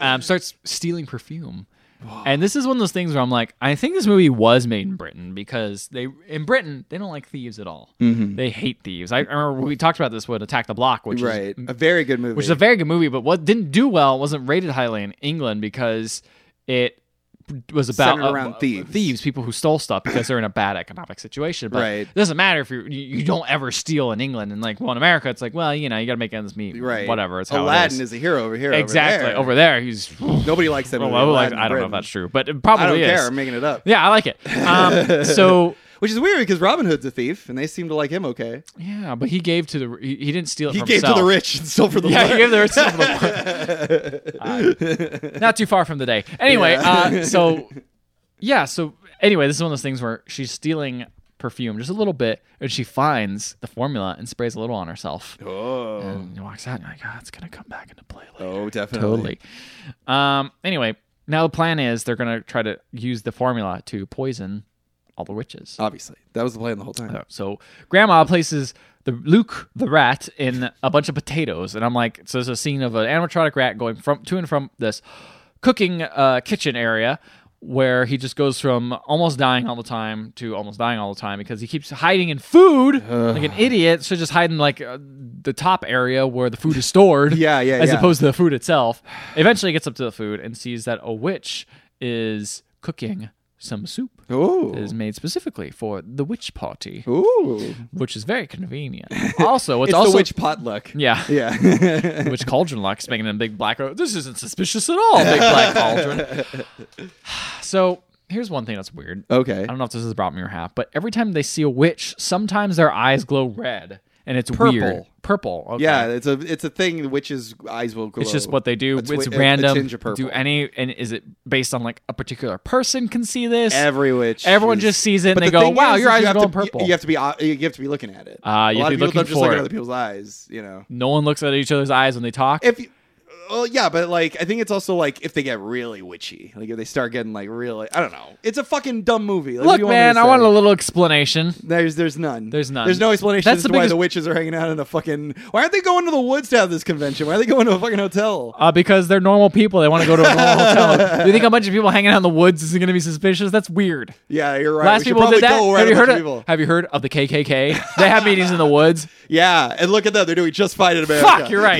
Speaker 2: [laughs]
Speaker 1: on.
Speaker 2: um, starts stealing perfume. And this is one of those things where I'm like, I think this movie was made in Britain because they in Britain they don't like thieves at all. They hate thieves. I, I remember we talked about this with Attack the Block, which is
Speaker 1: Right. A very good movie.
Speaker 2: which is a very good movie, but what didn't do well wasn't rated highly in England because it was about uh,
Speaker 1: Centered around thieves.
Speaker 2: thieves, people who stole stuff because they're in a bad economic situation. But
Speaker 1: Right.
Speaker 2: it doesn't matter if you you don't ever steal in England, and like well in America, it's like well you know you got to make ends meet,
Speaker 1: right.
Speaker 2: Whatever. It's how
Speaker 1: Aladdin
Speaker 2: it
Speaker 1: is a hero over here.
Speaker 2: exactly
Speaker 1: Over there.
Speaker 2: over there. He's [sighs]
Speaker 1: Nobody likes that
Speaker 2: well,
Speaker 1: movie.
Speaker 2: like,
Speaker 1: Aladdin
Speaker 2: I don't know
Speaker 1: Britain.
Speaker 2: if that's true, but it
Speaker 1: I don't
Speaker 2: probably
Speaker 1: care.
Speaker 2: is.
Speaker 1: I'm making it up.
Speaker 2: yeah, I like it.
Speaker 1: [laughs]
Speaker 2: Um, so
Speaker 1: Which is weird because Robin Hood's a thief, and they seem to like him. Okay.
Speaker 2: yeah, but he gave to the he, he didn't steal it
Speaker 1: He
Speaker 2: from
Speaker 1: gave to
Speaker 2: himself.
Speaker 1: the rich and stole for the
Speaker 2: [laughs] Yeah,
Speaker 1: poor.
Speaker 2: you gave the recipe the part. Uh, not too far from the day. Anyway, uh, so yeah, so anyway, this is one of those things where she's stealing perfume just a little bit, and she finds the formula and sprays a little on herself. Oh, and walks out, and you're like, oh, it's gonna come back into play later.
Speaker 1: Oh, definitely.
Speaker 2: totally. Um. Anyway, now the plan is they're gonna try to use the formula to poison all the witches.
Speaker 1: Obviously, that was the plan the whole time.
Speaker 2: Uh, So grandma places the Luke the rat in a bunch of potatoes, and I'm like, so there's a scene of an animatronic rat going from to and from this cooking uh, kitchen area where he just goes from almost dying all the time to almost dying all the time because he keeps hiding in food like an idiot. So just hiding like uh, the top area where the food is
Speaker 1: [laughs]
Speaker 2: stored,
Speaker 1: Yeah, yeah,
Speaker 2: as
Speaker 1: yeah.
Speaker 2: opposed to the food itself. Eventually, he gets up to the food and sees that a witch is cooking some soup
Speaker 1: Ooh.
Speaker 2: that Oh. is made specifically for the witch party,
Speaker 1: Ooh.
Speaker 2: which is very convenient. Also,
Speaker 1: [laughs]
Speaker 2: what's
Speaker 1: It's
Speaker 2: also
Speaker 1: the witch potluck.
Speaker 2: yeah,
Speaker 1: [laughs] Yeah.
Speaker 2: which cauldron locks making them big black ro- this isn't suspicious at all big black cauldron
Speaker 1: [laughs]
Speaker 2: so here's one thing that's weird
Speaker 1: okay.
Speaker 2: i don't know if this is about me or half but every time they see a witch sometimes their eyes glow red and it's weird
Speaker 1: Purple.
Speaker 2: purple okay.
Speaker 1: Yeah, it's a it's a thing. The witches' eyes will glow.
Speaker 2: it's just what they do
Speaker 1: A twi-
Speaker 2: it's
Speaker 1: a- a
Speaker 2: random
Speaker 1: tinge of purple.
Speaker 2: do any and is it based on like a particular person can see this
Speaker 1: Every witch.
Speaker 2: Everyone
Speaker 1: is-
Speaker 2: just sees it and
Speaker 1: But
Speaker 2: they
Speaker 1: the
Speaker 2: go,
Speaker 1: thing
Speaker 2: "Wow,
Speaker 1: is,
Speaker 2: your
Speaker 1: is
Speaker 2: eyes
Speaker 1: you
Speaker 2: are
Speaker 1: have
Speaker 2: going
Speaker 1: to-
Speaker 2: purple."
Speaker 1: You have to be o- you have to be looking at it.
Speaker 2: Ah, you
Speaker 1: a
Speaker 2: have
Speaker 1: lot
Speaker 2: to
Speaker 1: of
Speaker 2: be
Speaker 1: people don't
Speaker 2: looking
Speaker 1: just look
Speaker 2: for
Speaker 1: at
Speaker 2: it.
Speaker 1: other people's eyes. You know,
Speaker 2: no one looks at each other's eyes when they talk
Speaker 1: if you, well, yeah, but like I think it's also like if they get really witchy, like if they start getting like really, I don't know. It's a fucking dumb movie. Like, what do
Speaker 2: look
Speaker 1: you want me
Speaker 2: man
Speaker 1: to
Speaker 2: i
Speaker 1: say?
Speaker 2: wanted a little explanation
Speaker 1: There's there's none.
Speaker 2: There's none.
Speaker 1: There's no explanation
Speaker 2: That's
Speaker 1: as
Speaker 2: the
Speaker 1: to why
Speaker 2: biggest-
Speaker 1: the witches are hanging out in a fucking. Why aren't they going to the woods to have this convention? Why are they going to a fucking hotel?
Speaker 2: Uh, because they're normal people. They want to go to a
Speaker 1: [laughs]
Speaker 2: normal hotel. Do you think a bunch of people hanging out in the woods is going to be suspicious? That's weird.
Speaker 1: Yeah, you're right.
Speaker 2: Last
Speaker 1: we should
Speaker 2: people
Speaker 1: probably
Speaker 2: did that.
Speaker 1: Go
Speaker 2: have
Speaker 1: around
Speaker 2: you
Speaker 1: a
Speaker 2: heard
Speaker 1: bunch
Speaker 2: of,
Speaker 1: of people.
Speaker 2: Have you heard of
Speaker 1: [laughs]
Speaker 2: the KKK? They have meetings in the woods.
Speaker 1: Yeah, and look at them. They're doing just fine in America.
Speaker 2: Fuck, you're
Speaker 1: [laughs]
Speaker 2: right.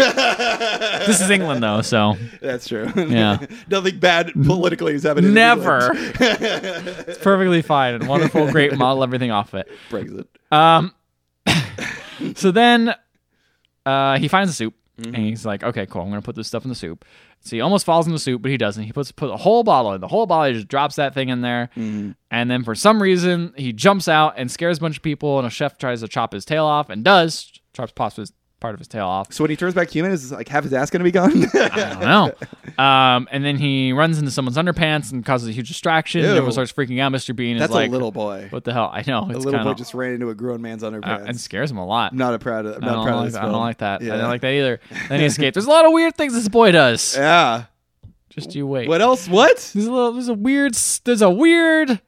Speaker 2: this is England though, so
Speaker 1: That's true. [laughs]
Speaker 2: Yeah.
Speaker 1: Nothing bad politically is happening. in [laughs]
Speaker 2: never. it's perfectly fine and wonderful. Great model everything off it.
Speaker 1: England. Brexit.
Speaker 2: Um, so then uh, he finds the soup
Speaker 1: Mm-hmm.
Speaker 2: and he's like, okay, cool. I'm going to put this stuff in the soup. So he almost falls in the soup, but he doesn't. He puts put a whole bottle in. The whole bottle he just drops that thing in there.
Speaker 1: Mm-hmm.
Speaker 2: And then for some reason, he jumps out and scares a bunch of people. And a chef tries to chop his tail off and does. Chops pops his, part of his tail off.
Speaker 1: So when he turns back human, is like half his ass going to be gone? [laughs]
Speaker 2: I don't know. Um, and then he runs into someone's underpants and causes a huge distraction. And
Speaker 1: Ew.
Speaker 2: everyone starts freaking out. Mr. Bean
Speaker 1: That's
Speaker 2: is like,
Speaker 1: a little boy.
Speaker 2: what the hell? I know. It's
Speaker 1: A little
Speaker 2: kinda,
Speaker 1: boy just ran into a grown man's
Speaker 2: uh,
Speaker 1: underpants.
Speaker 2: and scares him a lot.
Speaker 1: I'm not a proud of. I'm
Speaker 2: I
Speaker 1: not
Speaker 2: don't,
Speaker 1: proud
Speaker 2: like,
Speaker 1: of this
Speaker 2: I don't
Speaker 1: film.
Speaker 2: like that. I
Speaker 1: Yeah.
Speaker 2: don't like that either. Then he escaped. There's a lot of weird things this boy does.
Speaker 1: Yeah.
Speaker 2: Just you wait.
Speaker 1: What else?
Speaker 2: [laughs]
Speaker 1: What?
Speaker 2: There's a little, there's a weird s- there's a weird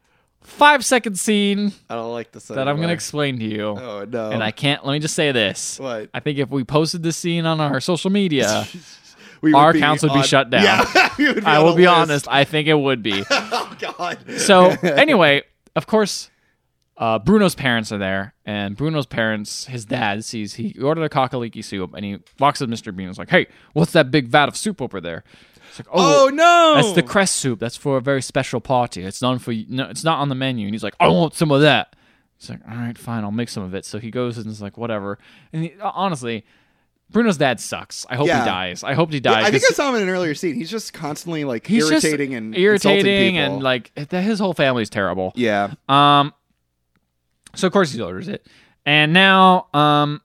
Speaker 2: five second scene
Speaker 1: I don't like this.
Speaker 2: that I'm gonna explain to you.
Speaker 1: Oh no.
Speaker 2: And I can't. Let me just say this.
Speaker 1: [laughs] What?
Speaker 2: I think if we posted this scene on our social
Speaker 1: [laughs]
Speaker 2: media,
Speaker 1: We would
Speaker 2: our
Speaker 1: be
Speaker 2: accounts would be
Speaker 1: on-
Speaker 2: shut down.
Speaker 1: Yeah. [laughs] we would
Speaker 2: I
Speaker 1: on
Speaker 2: will
Speaker 1: the
Speaker 2: be
Speaker 1: list.
Speaker 2: honest. I think it
Speaker 1: [laughs]
Speaker 2: would be.
Speaker 1: Oh god.
Speaker 2: So anyway, of course, uh, Bruno's parents are there, and Bruno's parents, his dad sees he ordered a cockaliki soup, and he walks up to Mr. Bean and is like, "Hey, what's that big vat of soup over there?" It's like,
Speaker 1: Oh no.
Speaker 2: That's the crest soup. That's for a very special party. It's not for no, it's not on the menu." And he's like, "I want some of that." He's like, "All right, fine, I'll make some of it." So he goes and is like, "Whatever." And he, honestly, Bruno's dad sucks. I hope
Speaker 1: Yeah.
Speaker 2: he dies. I hope he dies.
Speaker 1: I think
Speaker 2: 'cause-
Speaker 1: I saw him in an earlier scene. He's just constantly like
Speaker 2: He's just
Speaker 1: irritating and insulting
Speaker 2: irritating
Speaker 1: people.
Speaker 2: and like his whole family's terrible.
Speaker 1: yeah.
Speaker 2: Um, so of course he orders it, and now um,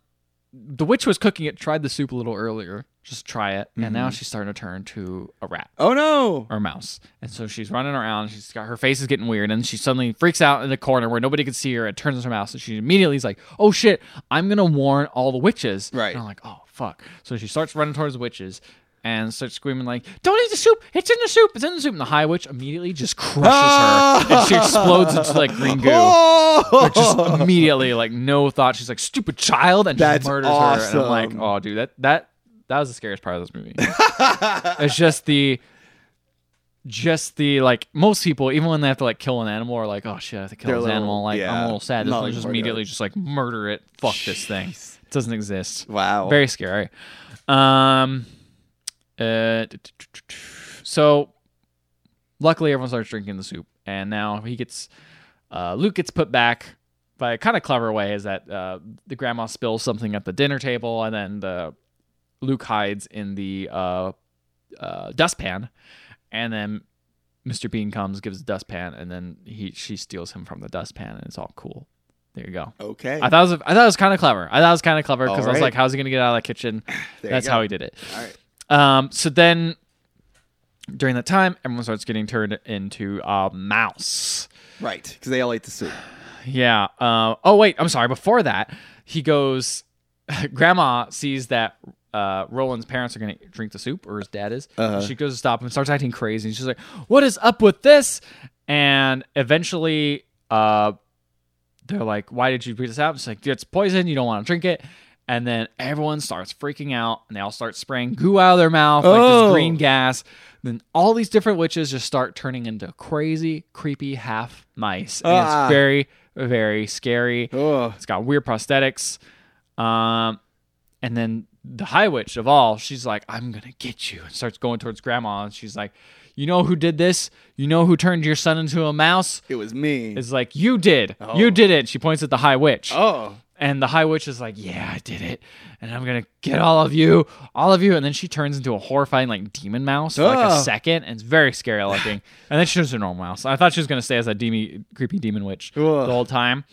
Speaker 2: the witch was cooking it. Tried the soup a little earlier. Just try it, and
Speaker 1: Mm-hmm.
Speaker 2: now she's starting to turn to a rat
Speaker 1: Oh no.
Speaker 2: or a mouse. And so she's running around. She's got her face is getting weird, and she suddenly freaks out in the corner where nobody can see her. and turns into a mouse, and she immediately is like, "Oh shit! I'm gonna warn all the witches."
Speaker 1: Right.
Speaker 2: And I'm like, "Oh fuck!" So she starts running towards the witches. And starts screaming like, "Don't eat the soup! It's in the soup! It's in the soup!" And the high witch immediately just crushes her, and she explodes into like green goo.
Speaker 1: Oh.
Speaker 2: But
Speaker 1: [laughs]
Speaker 2: just immediately like no thought she's like stupid child and
Speaker 1: That's
Speaker 2: just murders her and i'm
Speaker 1: awesome.
Speaker 2: like oh dude that that that was the scariest part of this movie [laughs] it's just the just the like most people even when they have to like kill an animal are like oh shit i have to kill
Speaker 1: They're a
Speaker 2: this
Speaker 1: little-
Speaker 2: animal like i'm
Speaker 1: yeah,
Speaker 2: a little sad this
Speaker 1: not
Speaker 2: one just
Speaker 1: looking forward to
Speaker 2: immediately
Speaker 1: it.
Speaker 2: just like murder it fuck this thing it doesn't exist
Speaker 1: Wow.
Speaker 2: very scary um uh t- t- t- t- so luckily everyone starts drinking the soup and now he gets uh luke gets put back by a kind of clever way is that uh the grandma spills something at the dinner table and then the luke hides in the uh uh dustpan and then mr bean comes gives the dustpan and then he she steals him from the dustpan and it's all cool there you go
Speaker 1: okay.
Speaker 2: I thought it was, I thought it was kind of clever. I thought it was kind of clever because I was
Speaker 1: Alright.
Speaker 2: like, "How's he gonna get out of the kitchen?"
Speaker 1: There you
Speaker 2: That's
Speaker 1: go.
Speaker 2: how he did it.
Speaker 1: All right.
Speaker 2: Um, so then during that time, everyone starts getting turned into a mouse.
Speaker 1: Right. Because they all ate the soup.
Speaker 2: Yeah. Uh, oh wait, I'm sorry. Before that, he goes. [laughs] Grandma sees that uh, Roland's parents are gonna drink the soup, or his dad is.
Speaker 1: Uh-huh.
Speaker 2: She goes to stop him, starts acting crazy, and she's like, "What is up with this?" And eventually, uh, they're like, "Why did you put this out?" It's like it's poison. You don't want to drink it. And then everyone starts freaking out, and they all start spraying goo out of their mouth, like
Speaker 1: Oh.
Speaker 2: this green gas. Then all these different witches just start turning into crazy, creepy half mice, and
Speaker 1: Ah.
Speaker 2: it's very, very scary.
Speaker 1: Oh.
Speaker 2: It's got weird prosthetics, um, and then the High Witch of all, she's like, I'm gonna get you, and starts going towards Grandma, and she's like, You know who did this? You know who turned your son into a mouse?
Speaker 1: It was me.
Speaker 2: It's like, You did, you did it. She points at the High Witch.
Speaker 1: oh.
Speaker 2: And the High Witch is like, Yeah, I did it. And I'm going to get all of you, all of you. And then she turns into a horrifying, like, demon mouse for like
Speaker 1: Oh.
Speaker 2: a second. And it's very scary looking. and then she turns into a normal mouse. I thought she was going to stay as a demi- creepy demon witch
Speaker 1: Ugh.
Speaker 2: the whole time.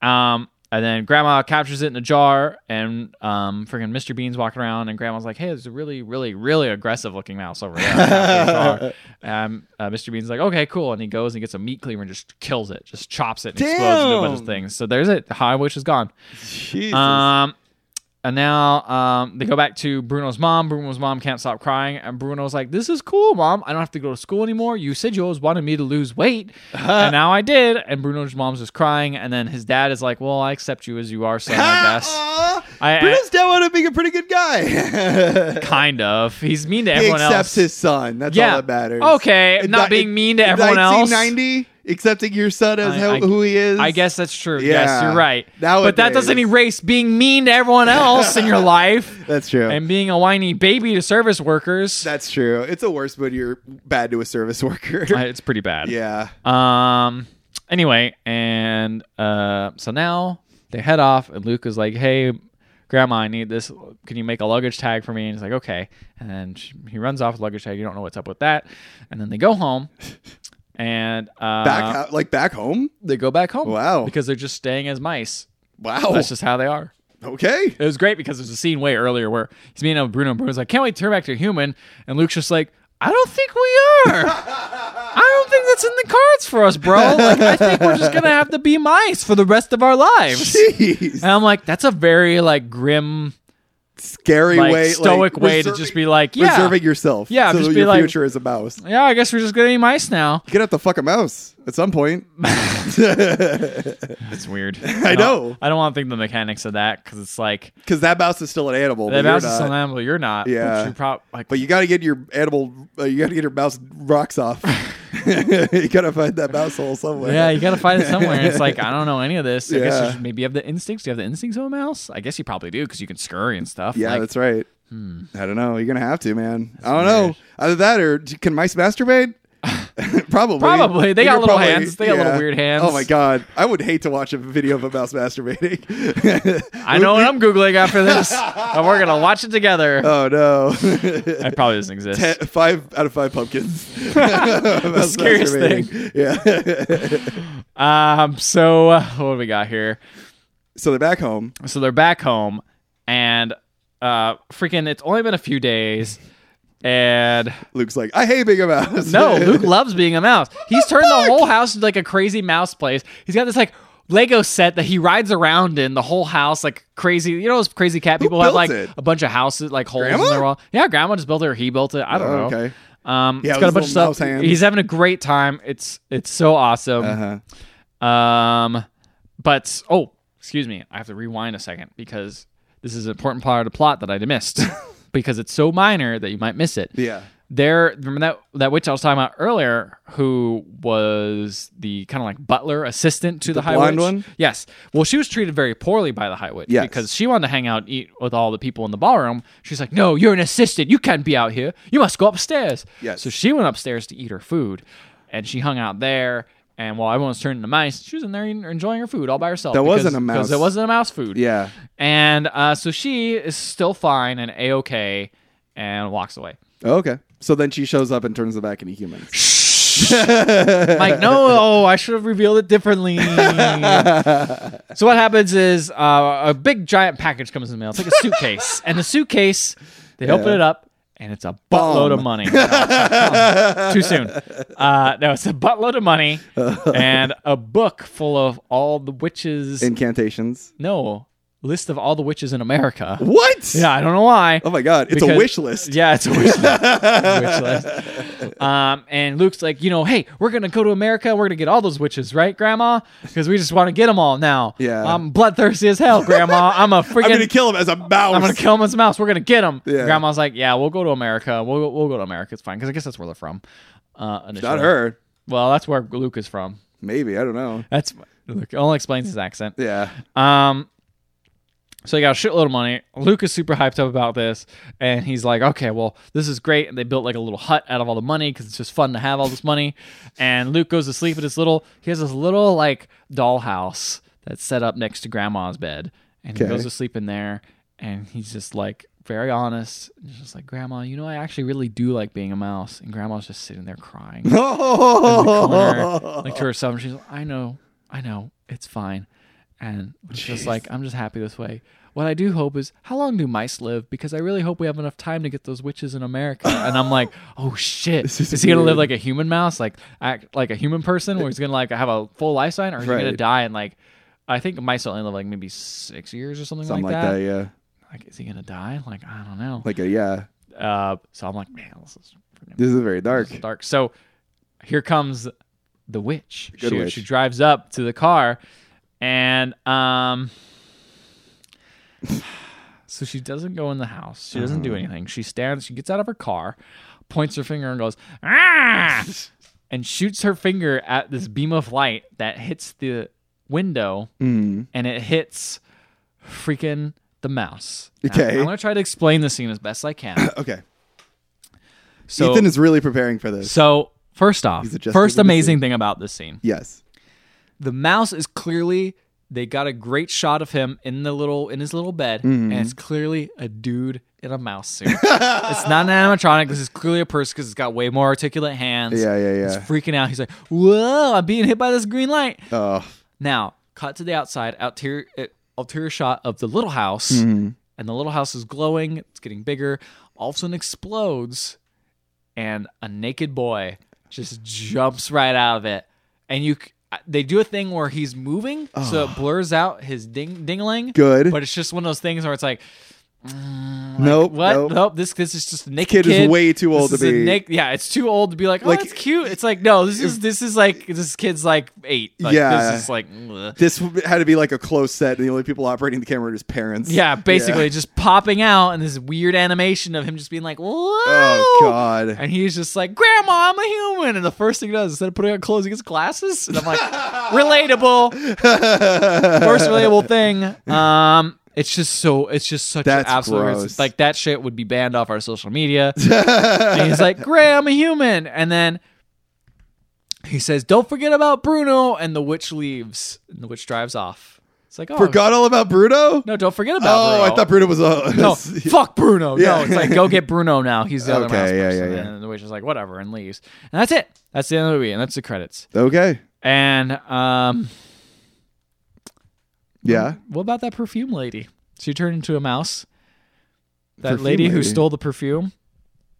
Speaker 2: Um, and then grandma captures it in a jar. And um, freaking Mr. Bean's walking around. And grandma's like, Hey, there's a really, really, really aggressive looking mouse over there. Capture the jar. um, uh, Mr. Bean's like, Okay, cool. And he goes and gets a meat cleaver and just kills it, just chops it and explodes into a bunch
Speaker 1: Damn.
Speaker 2: of things. So there's it. The High Witch is
Speaker 1: [laughs]
Speaker 2: gone.
Speaker 1: Jesus.
Speaker 2: Um, and now um, they go back to Bruno's mom. Bruno's mom can't stop crying, and Bruno's like, "This is cool, mom. I don't have to go to school anymore. You said you always wanted me to lose weight,
Speaker 1: Uh-huh.
Speaker 2: and now I did." And Bruno's mom's just crying, and then his dad is like, "Well, I accept you as you are, son.
Speaker 1: [laughs]
Speaker 2: I guess."
Speaker 1: Ah, aw.
Speaker 2: I- I-
Speaker 1: Brutus Delwood being a pretty good guy. [laughs] he
Speaker 2: Kind of. He's mean to everyone
Speaker 1: accepts
Speaker 2: else.
Speaker 1: his son. That's
Speaker 2: yeah.
Speaker 1: all that matters.
Speaker 2: Okay,
Speaker 1: In
Speaker 2: not
Speaker 1: ni-
Speaker 2: being mean to
Speaker 1: in
Speaker 2: everyone else.
Speaker 1: 1990, accepting your son as
Speaker 2: I-
Speaker 1: how,
Speaker 2: I-
Speaker 1: who he is.
Speaker 2: I guess that's true. Yes,
Speaker 1: Yeah.
Speaker 2: you're right. but that
Speaker 1: Nowadays.
Speaker 2: doesn't erase being mean to everyone
Speaker 1: [laughs]
Speaker 2: else in your life
Speaker 1: that's true.
Speaker 2: and being a whiny baby to service workers.
Speaker 1: that's true. It's the worst when you're bad to a service [laughs] worker.
Speaker 2: Uh, it's pretty bad.
Speaker 1: yeah.
Speaker 2: Um. Anyway, and uh, so now they head off, and Luke is like, "Hey, Grandma, I need this. Can you make a luggage tag for me?" And he's like, "Okay." And then she, he runs off with luggage tag. You don't know what's up with that. And then they go home, and
Speaker 1: [laughs]
Speaker 2: uh,
Speaker 1: Back ho- like back home.
Speaker 2: they go back home.
Speaker 1: Wow. Oh.
Speaker 2: Because they're just staying as mice.
Speaker 1: Wow.
Speaker 2: That's just how they are. [laughs]
Speaker 1: okay.
Speaker 2: It was great because there's a scene way earlier where he's meeting up with Bruno, and Bruno's like, "Can't wait to turn back to a human," and Luke's just like, "I don't think we are. I don't think that's in the cards for us, bro. Like, I think we're just gonna have to be mice for the rest of our lives."
Speaker 1: Jeez.
Speaker 2: And I'm like, "That's a very like grim,
Speaker 1: Scary
Speaker 2: like
Speaker 1: way.
Speaker 2: stoic
Speaker 1: like,
Speaker 2: way to
Speaker 1: reserving-
Speaker 2: just be like, yeah,
Speaker 1: reserving yourself.
Speaker 2: Yeah,
Speaker 1: so
Speaker 2: just
Speaker 1: that
Speaker 2: be
Speaker 1: your
Speaker 2: like-
Speaker 1: future is a mouse.
Speaker 2: yeah, I guess we're just gonna be mice now."
Speaker 1: Get out the fuck a mouse at some point.
Speaker 2: It's weird.
Speaker 1: [laughs] I
Speaker 2: don't-
Speaker 1: know.
Speaker 2: I don't want to think the mechanics of that because it's like
Speaker 1: Because that mouse is still an animal. but
Speaker 2: that
Speaker 1: you're
Speaker 2: mouse is
Speaker 1: not.
Speaker 2: an animal. You're not. but
Speaker 1: Yeah.
Speaker 2: you prob- like,
Speaker 1: But you got to get your animal. Uh, you got to get your mouse rocks
Speaker 2: [laughs]
Speaker 1: off. [laughs] you got to find that mouse hole somewhere.
Speaker 2: Yeah, you gotta find it somewhere. And it's like I don't know any of this. I guess you
Speaker 1: Yeah.
Speaker 2: should- maybe you have the instincts. Do you have the instincts of a mouse? I guess you probably do because you can scurry and stuff.
Speaker 1: Yeah,
Speaker 2: Like, Hmm.
Speaker 1: that's right. I don't know. You're gonna have to, man. I don't know. Either that or d- can mice
Speaker 2: [laughs]
Speaker 1: masturbate? probably.
Speaker 2: Probably. They
Speaker 1: You
Speaker 2: got
Speaker 1: could
Speaker 2: little hands. They got little weird hands.
Speaker 1: Oh my god, I would hate to watch a video of a mouse masturbating. [laughs]
Speaker 2: I know what I'm googling after this, and we're gonna watch it together.
Speaker 1: oh no. [laughs]
Speaker 2: It probably doesn't exist.
Speaker 1: Ten- Five out of five
Speaker 2: [laughs]
Speaker 1: pumpkins. [laughs] the
Speaker 2: scariest thing.
Speaker 1: Yeah. [laughs]
Speaker 2: Um. So uh, what do we got here?
Speaker 1: so they're back home.
Speaker 2: So they're back home, and uh, freaking, it's only been a few days, and
Speaker 1: Luke's like, I hate being a mouse. [laughs]
Speaker 2: No, Luke loves being a mouse. He's turned the whole house into like a crazy mouse place. He's got this like Lego set that he rides around in the whole house like crazy. You know those crazy cat people have
Speaker 1: built
Speaker 2: like
Speaker 1: it?
Speaker 2: a bunch of houses like holes
Speaker 1: Grandma?
Speaker 2: in their wall. Yeah, grandma just built it or he built it. I don't
Speaker 1: Oh,
Speaker 2: know.
Speaker 1: okay.
Speaker 2: Um,
Speaker 1: Yeah,
Speaker 2: it's got a
Speaker 1: with
Speaker 2: bunch of
Speaker 1: his
Speaker 2: stuff.
Speaker 1: little mouse hands.
Speaker 2: He's having a great time. It's it's so awesome.
Speaker 1: Uh-huh.
Speaker 2: Um, but oh, excuse me, I have to rewind a second because this is an important part of the plot that I missed [laughs] because it's so minor that you might miss it.
Speaker 1: Yeah.
Speaker 2: There, remember that that witch I was talking about earlier, who was the kind of like butler assistant to the, High
Speaker 1: blonde
Speaker 2: Witch.
Speaker 1: one?
Speaker 2: Yes. Well, she was treated very poorly by the High Witch
Speaker 1: Yes.
Speaker 2: because she wanted to hang out, and eat with all the people in the ballroom. She's like, "No, you're an assistant. You can't be out here. You must go upstairs."
Speaker 1: Yes.
Speaker 2: So she went upstairs to eat her food, and she hung out there. And while everyone was turning into mice, she was in there eating- enjoying her food all by herself.
Speaker 1: That
Speaker 2: because-
Speaker 1: wasn't a mouse.
Speaker 2: Because it wasn't a mouse food.
Speaker 1: Yeah.
Speaker 2: And uh, so she is still fine and a okay, and walks away.
Speaker 1: Oh, okay. So then she shows up and turns the back into humans. [laughs]
Speaker 2: Mike, no, oh, I should have revealed it differently. so what happens is uh, a big giant package comes in the mail. It's like a suitcase, and the suitcase, they open it up, and it's a buttload
Speaker 1: [laughs]
Speaker 2: of money. No, it's not. Too soon. Uh, no, it's a buttload of money and a book full of all the witches.
Speaker 1: Incantations.
Speaker 2: no, list of all the witches in America.
Speaker 1: What?
Speaker 2: Yeah, I don't know why.
Speaker 1: Oh my god, it's a
Speaker 2: Because-
Speaker 1: wish list.
Speaker 2: Yeah, it's a wish list.
Speaker 1: [laughs]
Speaker 2: Wish list. Um, and Luke's like, you know, hey, we're gonna go to America. We're gonna get all those witches, right, Grandma? Because we just want to get them all now.
Speaker 1: Yeah.
Speaker 2: I'm bloodthirsty as hell, Grandma.
Speaker 1: [laughs]
Speaker 2: I'm a freaking.
Speaker 1: I'm gonna kill him as a mouse.
Speaker 2: I'm gonna kill him as a mouse. We're gonna get him.
Speaker 1: Yeah.
Speaker 2: Grandma's like, yeah, we'll go to America. We'll we'll go to America. It's fine because I guess that's where they're from. Uh, initially.
Speaker 1: Not her.
Speaker 2: Well, that's where Luke is from.
Speaker 1: Maybe I don't know.
Speaker 2: [laughs] That's look. it Only explains his accent.
Speaker 1: Yeah.
Speaker 2: Um, So they got a shitload of money. Luke is super hyped up about this, and he's like, "Okay, well, this is great." And they built like a little hut out of all the money because it's just fun to have all this money. And Luke goes to sleep at his little. He has this little like dollhouse that's set up next to Grandma's bed, and he
Speaker 1: Okay.
Speaker 2: goes to sleep in there. And he's just like very honest. He's just like, "Grandma, you know, I actually really do like being a mouse." And Grandma's just sitting there crying in the [laughs] corner, like to herself. And she's like, I know, I know, it's fine. And it's just like, I'm just happy this way. What I do hope is, how long do mice live? Because I really hope we have enough time to get those witches in America. And I'm [laughs] like, oh shit, is,
Speaker 1: is
Speaker 2: he gonna live
Speaker 1: weird.
Speaker 2: like a human mouse, like act like a human person, where he's gonna like have a full lifespan, or is he gonna
Speaker 1: Right.
Speaker 2: die and like? I think mice only live like maybe six years or
Speaker 1: [laughs]
Speaker 2: something,
Speaker 1: Something
Speaker 2: like, that.
Speaker 1: yeah.
Speaker 2: Like, is he gonna die? Like, I don't know.
Speaker 1: Like a yeah.
Speaker 2: uh, so I'm like, man, this is freaking
Speaker 1: This is very dark.
Speaker 2: dark. So here comes the witch.
Speaker 1: good
Speaker 2: she,
Speaker 1: witch.
Speaker 2: she drives up to the car, and um, [sighs] so she doesn't go in the house. She doesn't
Speaker 1: Mm.
Speaker 2: do anything. She stands. She gets out of her car, points her finger, and goes
Speaker 1: [laughs]
Speaker 2: ah, and shoots her finger at this beam of light that hits the window,
Speaker 1: Mm.
Speaker 2: and it hits freaking the mouse. Now,
Speaker 1: Okay.
Speaker 2: I'm gonna try to explain the scene as best
Speaker 1: [coughs]
Speaker 2: I can.
Speaker 1: Okay.
Speaker 2: So
Speaker 1: Ethan is really preparing for this.
Speaker 2: so first off,
Speaker 1: adjusted
Speaker 2: first
Speaker 1: to the
Speaker 2: amazing
Speaker 1: scene.
Speaker 2: thing about this scene,
Speaker 1: yes.
Speaker 2: the mouse is clearly they got a great shot of him in the little in his little bed,
Speaker 1: Mm-hmm.
Speaker 2: and it's clearly a dude in a mouse suit. [laughs] it's not an animatronic. This is clearly a person because it's got way more articulate hands.
Speaker 1: Yeah, yeah,
Speaker 2: He's
Speaker 1: yeah.
Speaker 2: freaking out. He's like, "Whoa! I'm being hit by this green light."
Speaker 1: Oh,
Speaker 2: Now, cut to the outside, ulterior, uh, ulterior shot of the little house,
Speaker 1: Mm-hmm.
Speaker 2: and the little house is glowing. It's getting bigger. All of a sudden, explodes, and a naked boy just jumps right out of it. And you, c- uh, they do a thing where he's moving, so it blurs out his ding dingling.
Speaker 1: Good.
Speaker 2: but it's just one of those things where it's like,
Speaker 1: nope.
Speaker 2: what?
Speaker 1: Nope.
Speaker 2: Nope. This this is just a naked
Speaker 1: Kid is way too old
Speaker 2: This
Speaker 1: to
Speaker 2: is a
Speaker 1: be-
Speaker 2: nak- yeah, it's too old to be like, oh,
Speaker 1: Like,
Speaker 2: it's cute. It's like no, this is this is like this kid's like eight. Like,
Speaker 1: Yeah.
Speaker 2: this is like. ugh.
Speaker 1: This had to be like a close set, and the only people operating the camera were his parents.
Speaker 2: Yeah, basically just popping out and this weird animation of him just being like, "Whoa!"
Speaker 1: Oh God.
Speaker 2: And he's just like, "Grandma, I'm a human." And the first thing he does instead of putting on clothes, he gets glasses. And
Speaker 1: [laughs]
Speaker 2: I'm like, relatable, first
Speaker 1: [laughs]
Speaker 2: relatable thing. Um, it's just so, it's just such
Speaker 1: That's
Speaker 2: an absolute
Speaker 1: gross.
Speaker 2: it's like that shit would be banned off our
Speaker 1: [laughs]
Speaker 2: social media. and he's like, "Gray, I'm a human," and then. He says, "Don't forget about Bruno," and the witch leaves, and the witch drives off. It's like, oh,
Speaker 1: Forgot all about Bruno.
Speaker 2: no, don't forget about
Speaker 1: oh,
Speaker 2: Bruno.
Speaker 1: I thought Bruno was a. [laughs]
Speaker 2: No, fuck Bruno. No,
Speaker 1: Yeah.
Speaker 2: it's like go get Bruno now. He's the other
Speaker 1: Okay,
Speaker 2: mouse
Speaker 1: yeah,
Speaker 2: person.
Speaker 1: yeah, yeah.
Speaker 2: And the witch is like, whatever, and leaves. And that's it. That's the end of the movie, and that's the credits.
Speaker 1: [laughs] Okay.
Speaker 2: And um,
Speaker 1: Yeah.
Speaker 2: what about that perfume lady? She turned into a mouse. That
Speaker 1: Perfume
Speaker 2: lady, who
Speaker 1: lady?
Speaker 2: stole the perfume.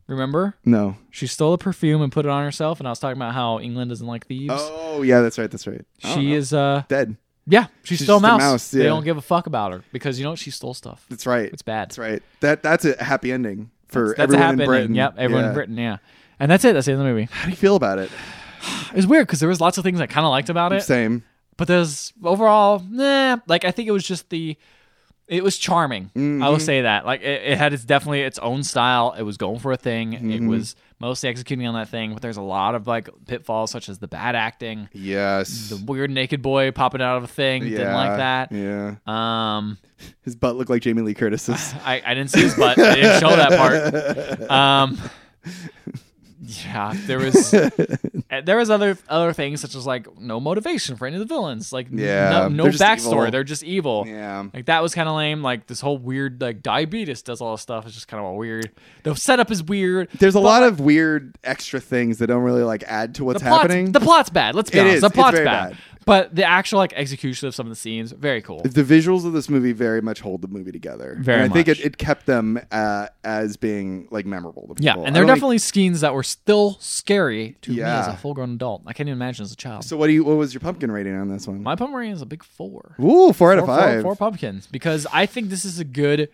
Speaker 2: Remember?
Speaker 1: No.
Speaker 2: She stole the perfume and put it on herself. And I was talking about how England doesn't like thieves.
Speaker 1: Oh, yeah. That's right. That's right. I don't
Speaker 2: she
Speaker 1: know.
Speaker 2: is uh,
Speaker 1: dead.
Speaker 2: yeah, she's,
Speaker 1: She's
Speaker 2: still a
Speaker 1: just a
Speaker 2: mouse.
Speaker 1: mouse,
Speaker 2: They
Speaker 1: yeah.
Speaker 2: don't give a fuck about her because you know what? She stole stuff.
Speaker 1: That's right.
Speaker 2: It's bad.
Speaker 1: That's right. That that's a happy ending for
Speaker 2: That's
Speaker 1: everyone
Speaker 2: a happening.
Speaker 1: in Britain.
Speaker 2: Yep, everyone
Speaker 1: Yeah.
Speaker 2: in Britain. Yeah, and that's it. That's the end of the movie.
Speaker 1: How do you feel about it?
Speaker 2: It was weird because there was lots of things I kind of liked about it,
Speaker 1: Same.
Speaker 2: but there's overall, nah. Like I think it was just the, it was charming. I
Speaker 1: Mm-hmm.
Speaker 2: will say that. Like it, it had its definitely its own style. It was going for a thing.
Speaker 1: Mm-hmm.
Speaker 2: It was mostly executing on that thing, but there's a lot of like pitfalls such as the bad acting,
Speaker 1: Yes.
Speaker 2: the weird naked boy popping out of a thing. Didn't like that.
Speaker 1: Yeah.
Speaker 2: Um,
Speaker 1: His butt looked like Jamie Lee
Speaker 2: [sighs]
Speaker 1: Curtis's.
Speaker 2: I, I didn't see his butt. They didn't show that
Speaker 1: [laughs]
Speaker 2: part. Um, yeah,
Speaker 1: [laughs]
Speaker 2: there was and there was other other things such as like no motivation for any of the villains, like n-
Speaker 1: Yeah,
Speaker 2: no, no
Speaker 1: they're just
Speaker 2: backstory.
Speaker 1: evil.
Speaker 2: They're just evil.
Speaker 1: yeah.
Speaker 2: Like that was kind of lame. Like this whole weird like diabetes does all this stuff. It's just kind of a weird. The setup is weird.
Speaker 1: There's a lot of weird extra things that don't really like add to
Speaker 2: the
Speaker 1: what's
Speaker 2: plot's,
Speaker 1: happening.
Speaker 2: The plot's bad. Let's be
Speaker 1: It
Speaker 2: honest.
Speaker 1: is.
Speaker 2: The
Speaker 1: It's
Speaker 2: plot's
Speaker 1: very
Speaker 2: bad.
Speaker 1: bad.
Speaker 2: But the actual like execution of some of the scenes, very cool.
Speaker 1: the visuals of this movie very much hold the movie together.
Speaker 2: Very
Speaker 1: and I think
Speaker 2: much.
Speaker 1: it, it kept them uh, as being like memorable to
Speaker 2: Yeah,
Speaker 1: people.
Speaker 2: and
Speaker 1: I
Speaker 2: there are
Speaker 1: don't think-
Speaker 2: definitely scenes that were still scary to me as a
Speaker 1: Yeah.
Speaker 2: full-grown adult. I can't even imagine as a child.
Speaker 1: So what do you? What was your pumpkin rating on this one?
Speaker 2: My Pomeranian is a big four.
Speaker 1: Ooh, four out
Speaker 2: Four,
Speaker 1: of five.
Speaker 2: four- four pumpkins because I think this is a good,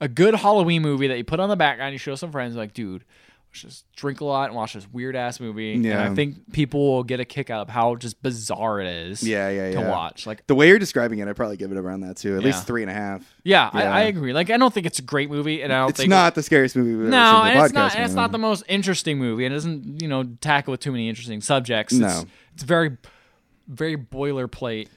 Speaker 2: a good Halloween movie that you put on the background. You show some friends, like, dude, let's just drink a lot and watch this weird ass movie.
Speaker 1: Yeah.
Speaker 2: And I think people will get a kick out of how just bizarre it is.
Speaker 1: Yeah, yeah,
Speaker 2: To
Speaker 1: yeah.
Speaker 2: watch, like,
Speaker 1: the way you're describing it, I'd probably give it around that too. At
Speaker 2: Yeah.
Speaker 1: least three and a half.
Speaker 2: yeah,
Speaker 1: Yeah.
Speaker 2: I, I agree. Like, I don't think it's a great movie, and I don't
Speaker 1: It's
Speaker 2: think
Speaker 1: not the scariest movie we've ever
Speaker 2: No,
Speaker 1: seen.
Speaker 2: and
Speaker 1: the
Speaker 2: it's not.
Speaker 1: podcast
Speaker 2: And it's
Speaker 1: movie.
Speaker 2: not the most interesting movie. It doesn't, you know, tackle with too many interesting subjects. It's,
Speaker 1: No.
Speaker 2: it's very, very boilerplate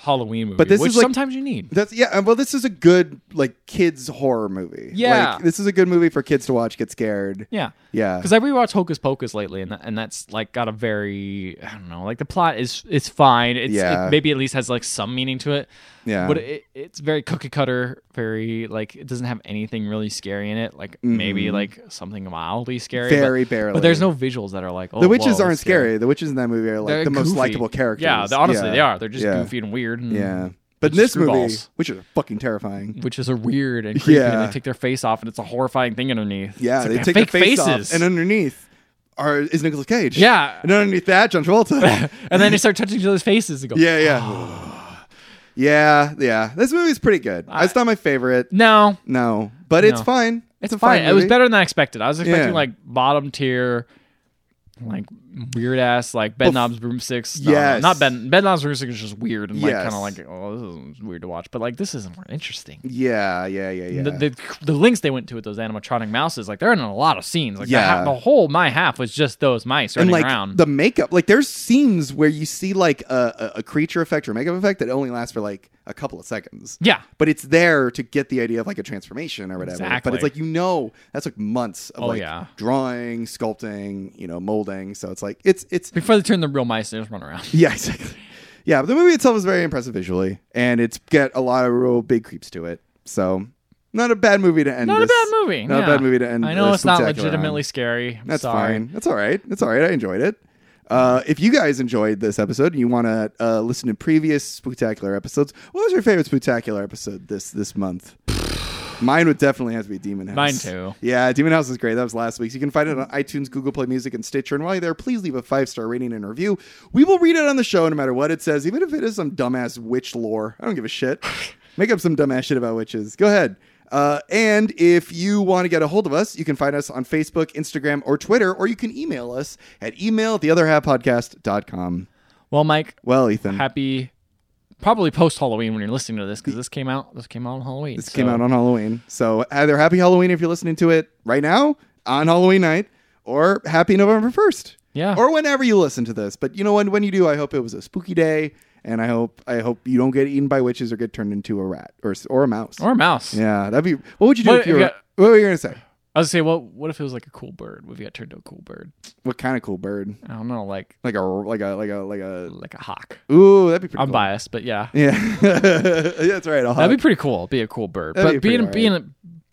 Speaker 2: Halloween movie,
Speaker 1: But this
Speaker 2: which
Speaker 1: is like-
Speaker 2: sometimes you need.
Speaker 1: That's yeah. Well, this is a good like kids horror movie.
Speaker 2: Yeah.
Speaker 1: like, this is a good movie for kids to watch. Get scared.
Speaker 2: Yeah.
Speaker 1: Yeah.
Speaker 2: Because I rewatched Hocus Pocus lately, and that, and that's like got a very I don't know, like the plot is it's fine. It's,
Speaker 1: Yeah.
Speaker 2: It maybe at least has like some meaning to it.
Speaker 1: Yeah.
Speaker 2: But it, it's very cookie cutter, very like it doesn't have anything really scary in it. Like maybe like something mildly scary. but-
Speaker 1: Mm-hmm. Very
Speaker 2: but,
Speaker 1: barely.
Speaker 2: there's no visuals that are like oh,
Speaker 1: the witches
Speaker 2: whoa,
Speaker 1: aren't
Speaker 2: that's scary.
Speaker 1: scary. The witches in that movie are like
Speaker 2: They're
Speaker 1: the most
Speaker 2: goofy.
Speaker 1: likable characters.
Speaker 2: Yeah, they- honestly,
Speaker 1: Yeah.
Speaker 2: they are. They're just
Speaker 1: Yeah.
Speaker 2: goofy and weird. And,
Speaker 1: Yeah. But in
Speaker 2: They're
Speaker 1: this movie,
Speaker 2: screwballs.
Speaker 1: witches are fucking terrifying.
Speaker 2: Which is a weird and creepy, and
Speaker 1: Yeah.
Speaker 2: they take their face off, and it's a horrifying thing underneath.
Speaker 1: Yeah,
Speaker 2: It's like
Speaker 1: they
Speaker 2: have
Speaker 1: take
Speaker 2: fake
Speaker 1: the face
Speaker 2: faces,
Speaker 1: off, and underneath are is Nicolas Cage.
Speaker 2: Yeah.
Speaker 1: and underneath that, John
Speaker 2: [laughs]
Speaker 1: Travolta.
Speaker 2: and then they start touching each other's faces and go,
Speaker 1: yeah, yeah,
Speaker 2: [sighs]
Speaker 1: yeah, yeah. This movie's pretty good. it's not my favorite.
Speaker 2: no,
Speaker 1: No, but it's
Speaker 2: No.
Speaker 1: fine.
Speaker 2: It's,
Speaker 1: a
Speaker 2: fine. It was
Speaker 1: movie.
Speaker 2: better than I expected. I was expecting
Speaker 1: Yeah.
Speaker 2: like bottom tier, like weird ass like bed knobs broomsticks. No, no,
Speaker 1: Yes.
Speaker 2: not bed bed knobs broomsticks is just weird and like
Speaker 1: Yes.
Speaker 2: kind of like oh this is weird to watch. But like this isn't more interesting.
Speaker 1: Yeah, yeah, yeah, yeah.
Speaker 2: The, the the links they went to with those animatronic mouses like they're in a lot of scenes. Like the
Speaker 1: Yeah.
Speaker 2: ha- the, whole my half was just those mice
Speaker 1: and
Speaker 2: running
Speaker 1: like
Speaker 2: around.
Speaker 1: the makeup, like there's scenes where you see like a, a, a creature effect or makeup effect that only lasts for like a couple of seconds.
Speaker 2: yeah.
Speaker 1: But it's there to get the idea of like a transformation or whatever. But
Speaker 2: Exactly.
Speaker 1: it's like you know that's like months of
Speaker 2: Oh,
Speaker 1: like
Speaker 2: yeah.
Speaker 1: drawing, sculpting, you know, molding. So it's like it's it's
Speaker 2: Before they turn the real mice, they just run
Speaker 1: [laughs]
Speaker 2: around.
Speaker 1: yeah, exactly. Yeah, but the movie itself is very impressive visually, and it's got a lot of real big creeps to it. So not a bad movie to end.
Speaker 2: Not a
Speaker 1: this-
Speaker 2: bad movie.
Speaker 1: Not
Speaker 2: yeah.
Speaker 1: a bad movie to end.
Speaker 2: I know
Speaker 1: a
Speaker 2: it's not
Speaker 1: spectacular on.
Speaker 2: legitimately scary. I'm
Speaker 1: That's
Speaker 2: sorry.
Speaker 1: fine. That's all right. That's all right. I enjoyed it. Uh, if you guys enjoyed this episode and you want to uh, listen to previous spectacular episodes, what was your favorite spectacular episode this this month? Mine would definitely have to be Demon House.
Speaker 2: Mine too.
Speaker 1: Yeah, Demon House is great. That was last week's. You can find it on iTunes, Google Play Music, and Stitcher. And while you're there, please leave a five star rating and review. We will read it on the show no matter what it says, even if it is some dumbass witch lore. I don't give a
Speaker 2: [laughs]
Speaker 1: shit. Make up some dumbass shit about witches. Go ahead. Uh, and if you want to get a hold of us, you can find us on Facebook, Instagram, or Twitter, or you can email us at email at theotherhalfpodcast.com.
Speaker 2: Well, Mike,
Speaker 1: Well, Ethan,
Speaker 2: happy probably post Halloween when you're listening to this because this came out this came out on Halloween.
Speaker 1: This came out on Halloween. So either happy Halloween if you're listening to it right now on Halloween night, or happy November 1st.
Speaker 2: Yeah.
Speaker 1: Or whenever you listen to this. But you know when when you do, I hope it was a spooky day and I hope I hope you don't get eaten by witches or get turned into a rat or s- or a mouse.
Speaker 2: or a mouse.
Speaker 1: yeah, that'd be What would you do
Speaker 2: What
Speaker 1: if you
Speaker 2: if
Speaker 1: were
Speaker 2: you
Speaker 1: What were you going to say?
Speaker 2: I was gonna say, well, what if it was like a cool bird? What if you got turned into a cool bird?
Speaker 1: What kind of cool bird?
Speaker 2: I don't know, like
Speaker 1: Like a like a like a like a
Speaker 2: like a hawk.
Speaker 1: Ooh, that'd be pretty
Speaker 2: I'm
Speaker 1: cool.
Speaker 2: biased, but yeah,
Speaker 1: Yeah. [laughs] That's right. I'll hug.
Speaker 2: that'd be pretty cool. Be a cool bird,
Speaker 1: That'd
Speaker 2: but
Speaker 1: be
Speaker 2: being
Speaker 1: pretty
Speaker 2: being a,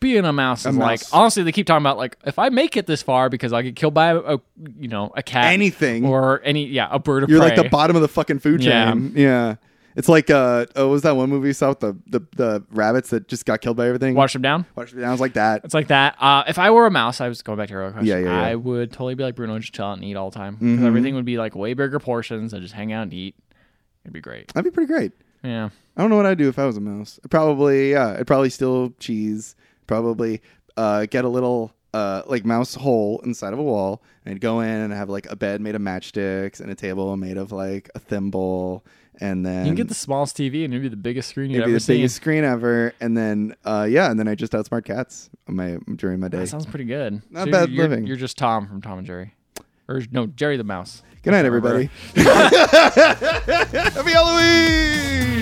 Speaker 2: being a mouse is like
Speaker 1: mouse.
Speaker 2: honestly, they keep talking about like if I make it this far because I get killed by a, a- you know a cat,
Speaker 1: Anything.
Speaker 2: or any yeah a bird of
Speaker 1: You're
Speaker 2: prey.
Speaker 1: like the bottom of the fucking food
Speaker 2: Yeah.
Speaker 1: chain. Yeah. It's like uh oh, what was that one movie you saw with the, the, the rabbits that just got killed by everything?
Speaker 2: Wash them down.
Speaker 1: Watch it down. It's like that.
Speaker 2: It's like that. Uh, if I were a mouse, I was going back to your earlier question.
Speaker 1: Yeah, yeah, Mm-hmm. yeah.
Speaker 2: I would totally be like Bruno, just chill out and eat all the time. 'Cause everything would be like way bigger portions. I just hang out and eat. It'd be great.
Speaker 1: That'd be pretty great.
Speaker 2: Yeah.
Speaker 1: I don't know what I'd do if I was a mouse. I'd probably yeah, I'd probably steal cheese. Probably uh, get a little uh, like mouse hole inside of a wall and go in and have like a bed made of matchsticks and a table made of like a thimble and then
Speaker 2: You can get the smallest TV and it'd be the biggest screen you've
Speaker 1: it'd be
Speaker 2: ever
Speaker 1: the
Speaker 2: seen.
Speaker 1: biggest screen ever and then uh, yeah and then I just outsmart cats on my during my day.
Speaker 2: That sounds pretty good.
Speaker 1: Not
Speaker 2: you're-
Speaker 1: bad
Speaker 2: you're,
Speaker 1: living.
Speaker 2: You're just Tom from Tom and Jerry. Or no, Jerry the Mouse.
Speaker 1: [laughs] Good night, everybody. Happy Halloween.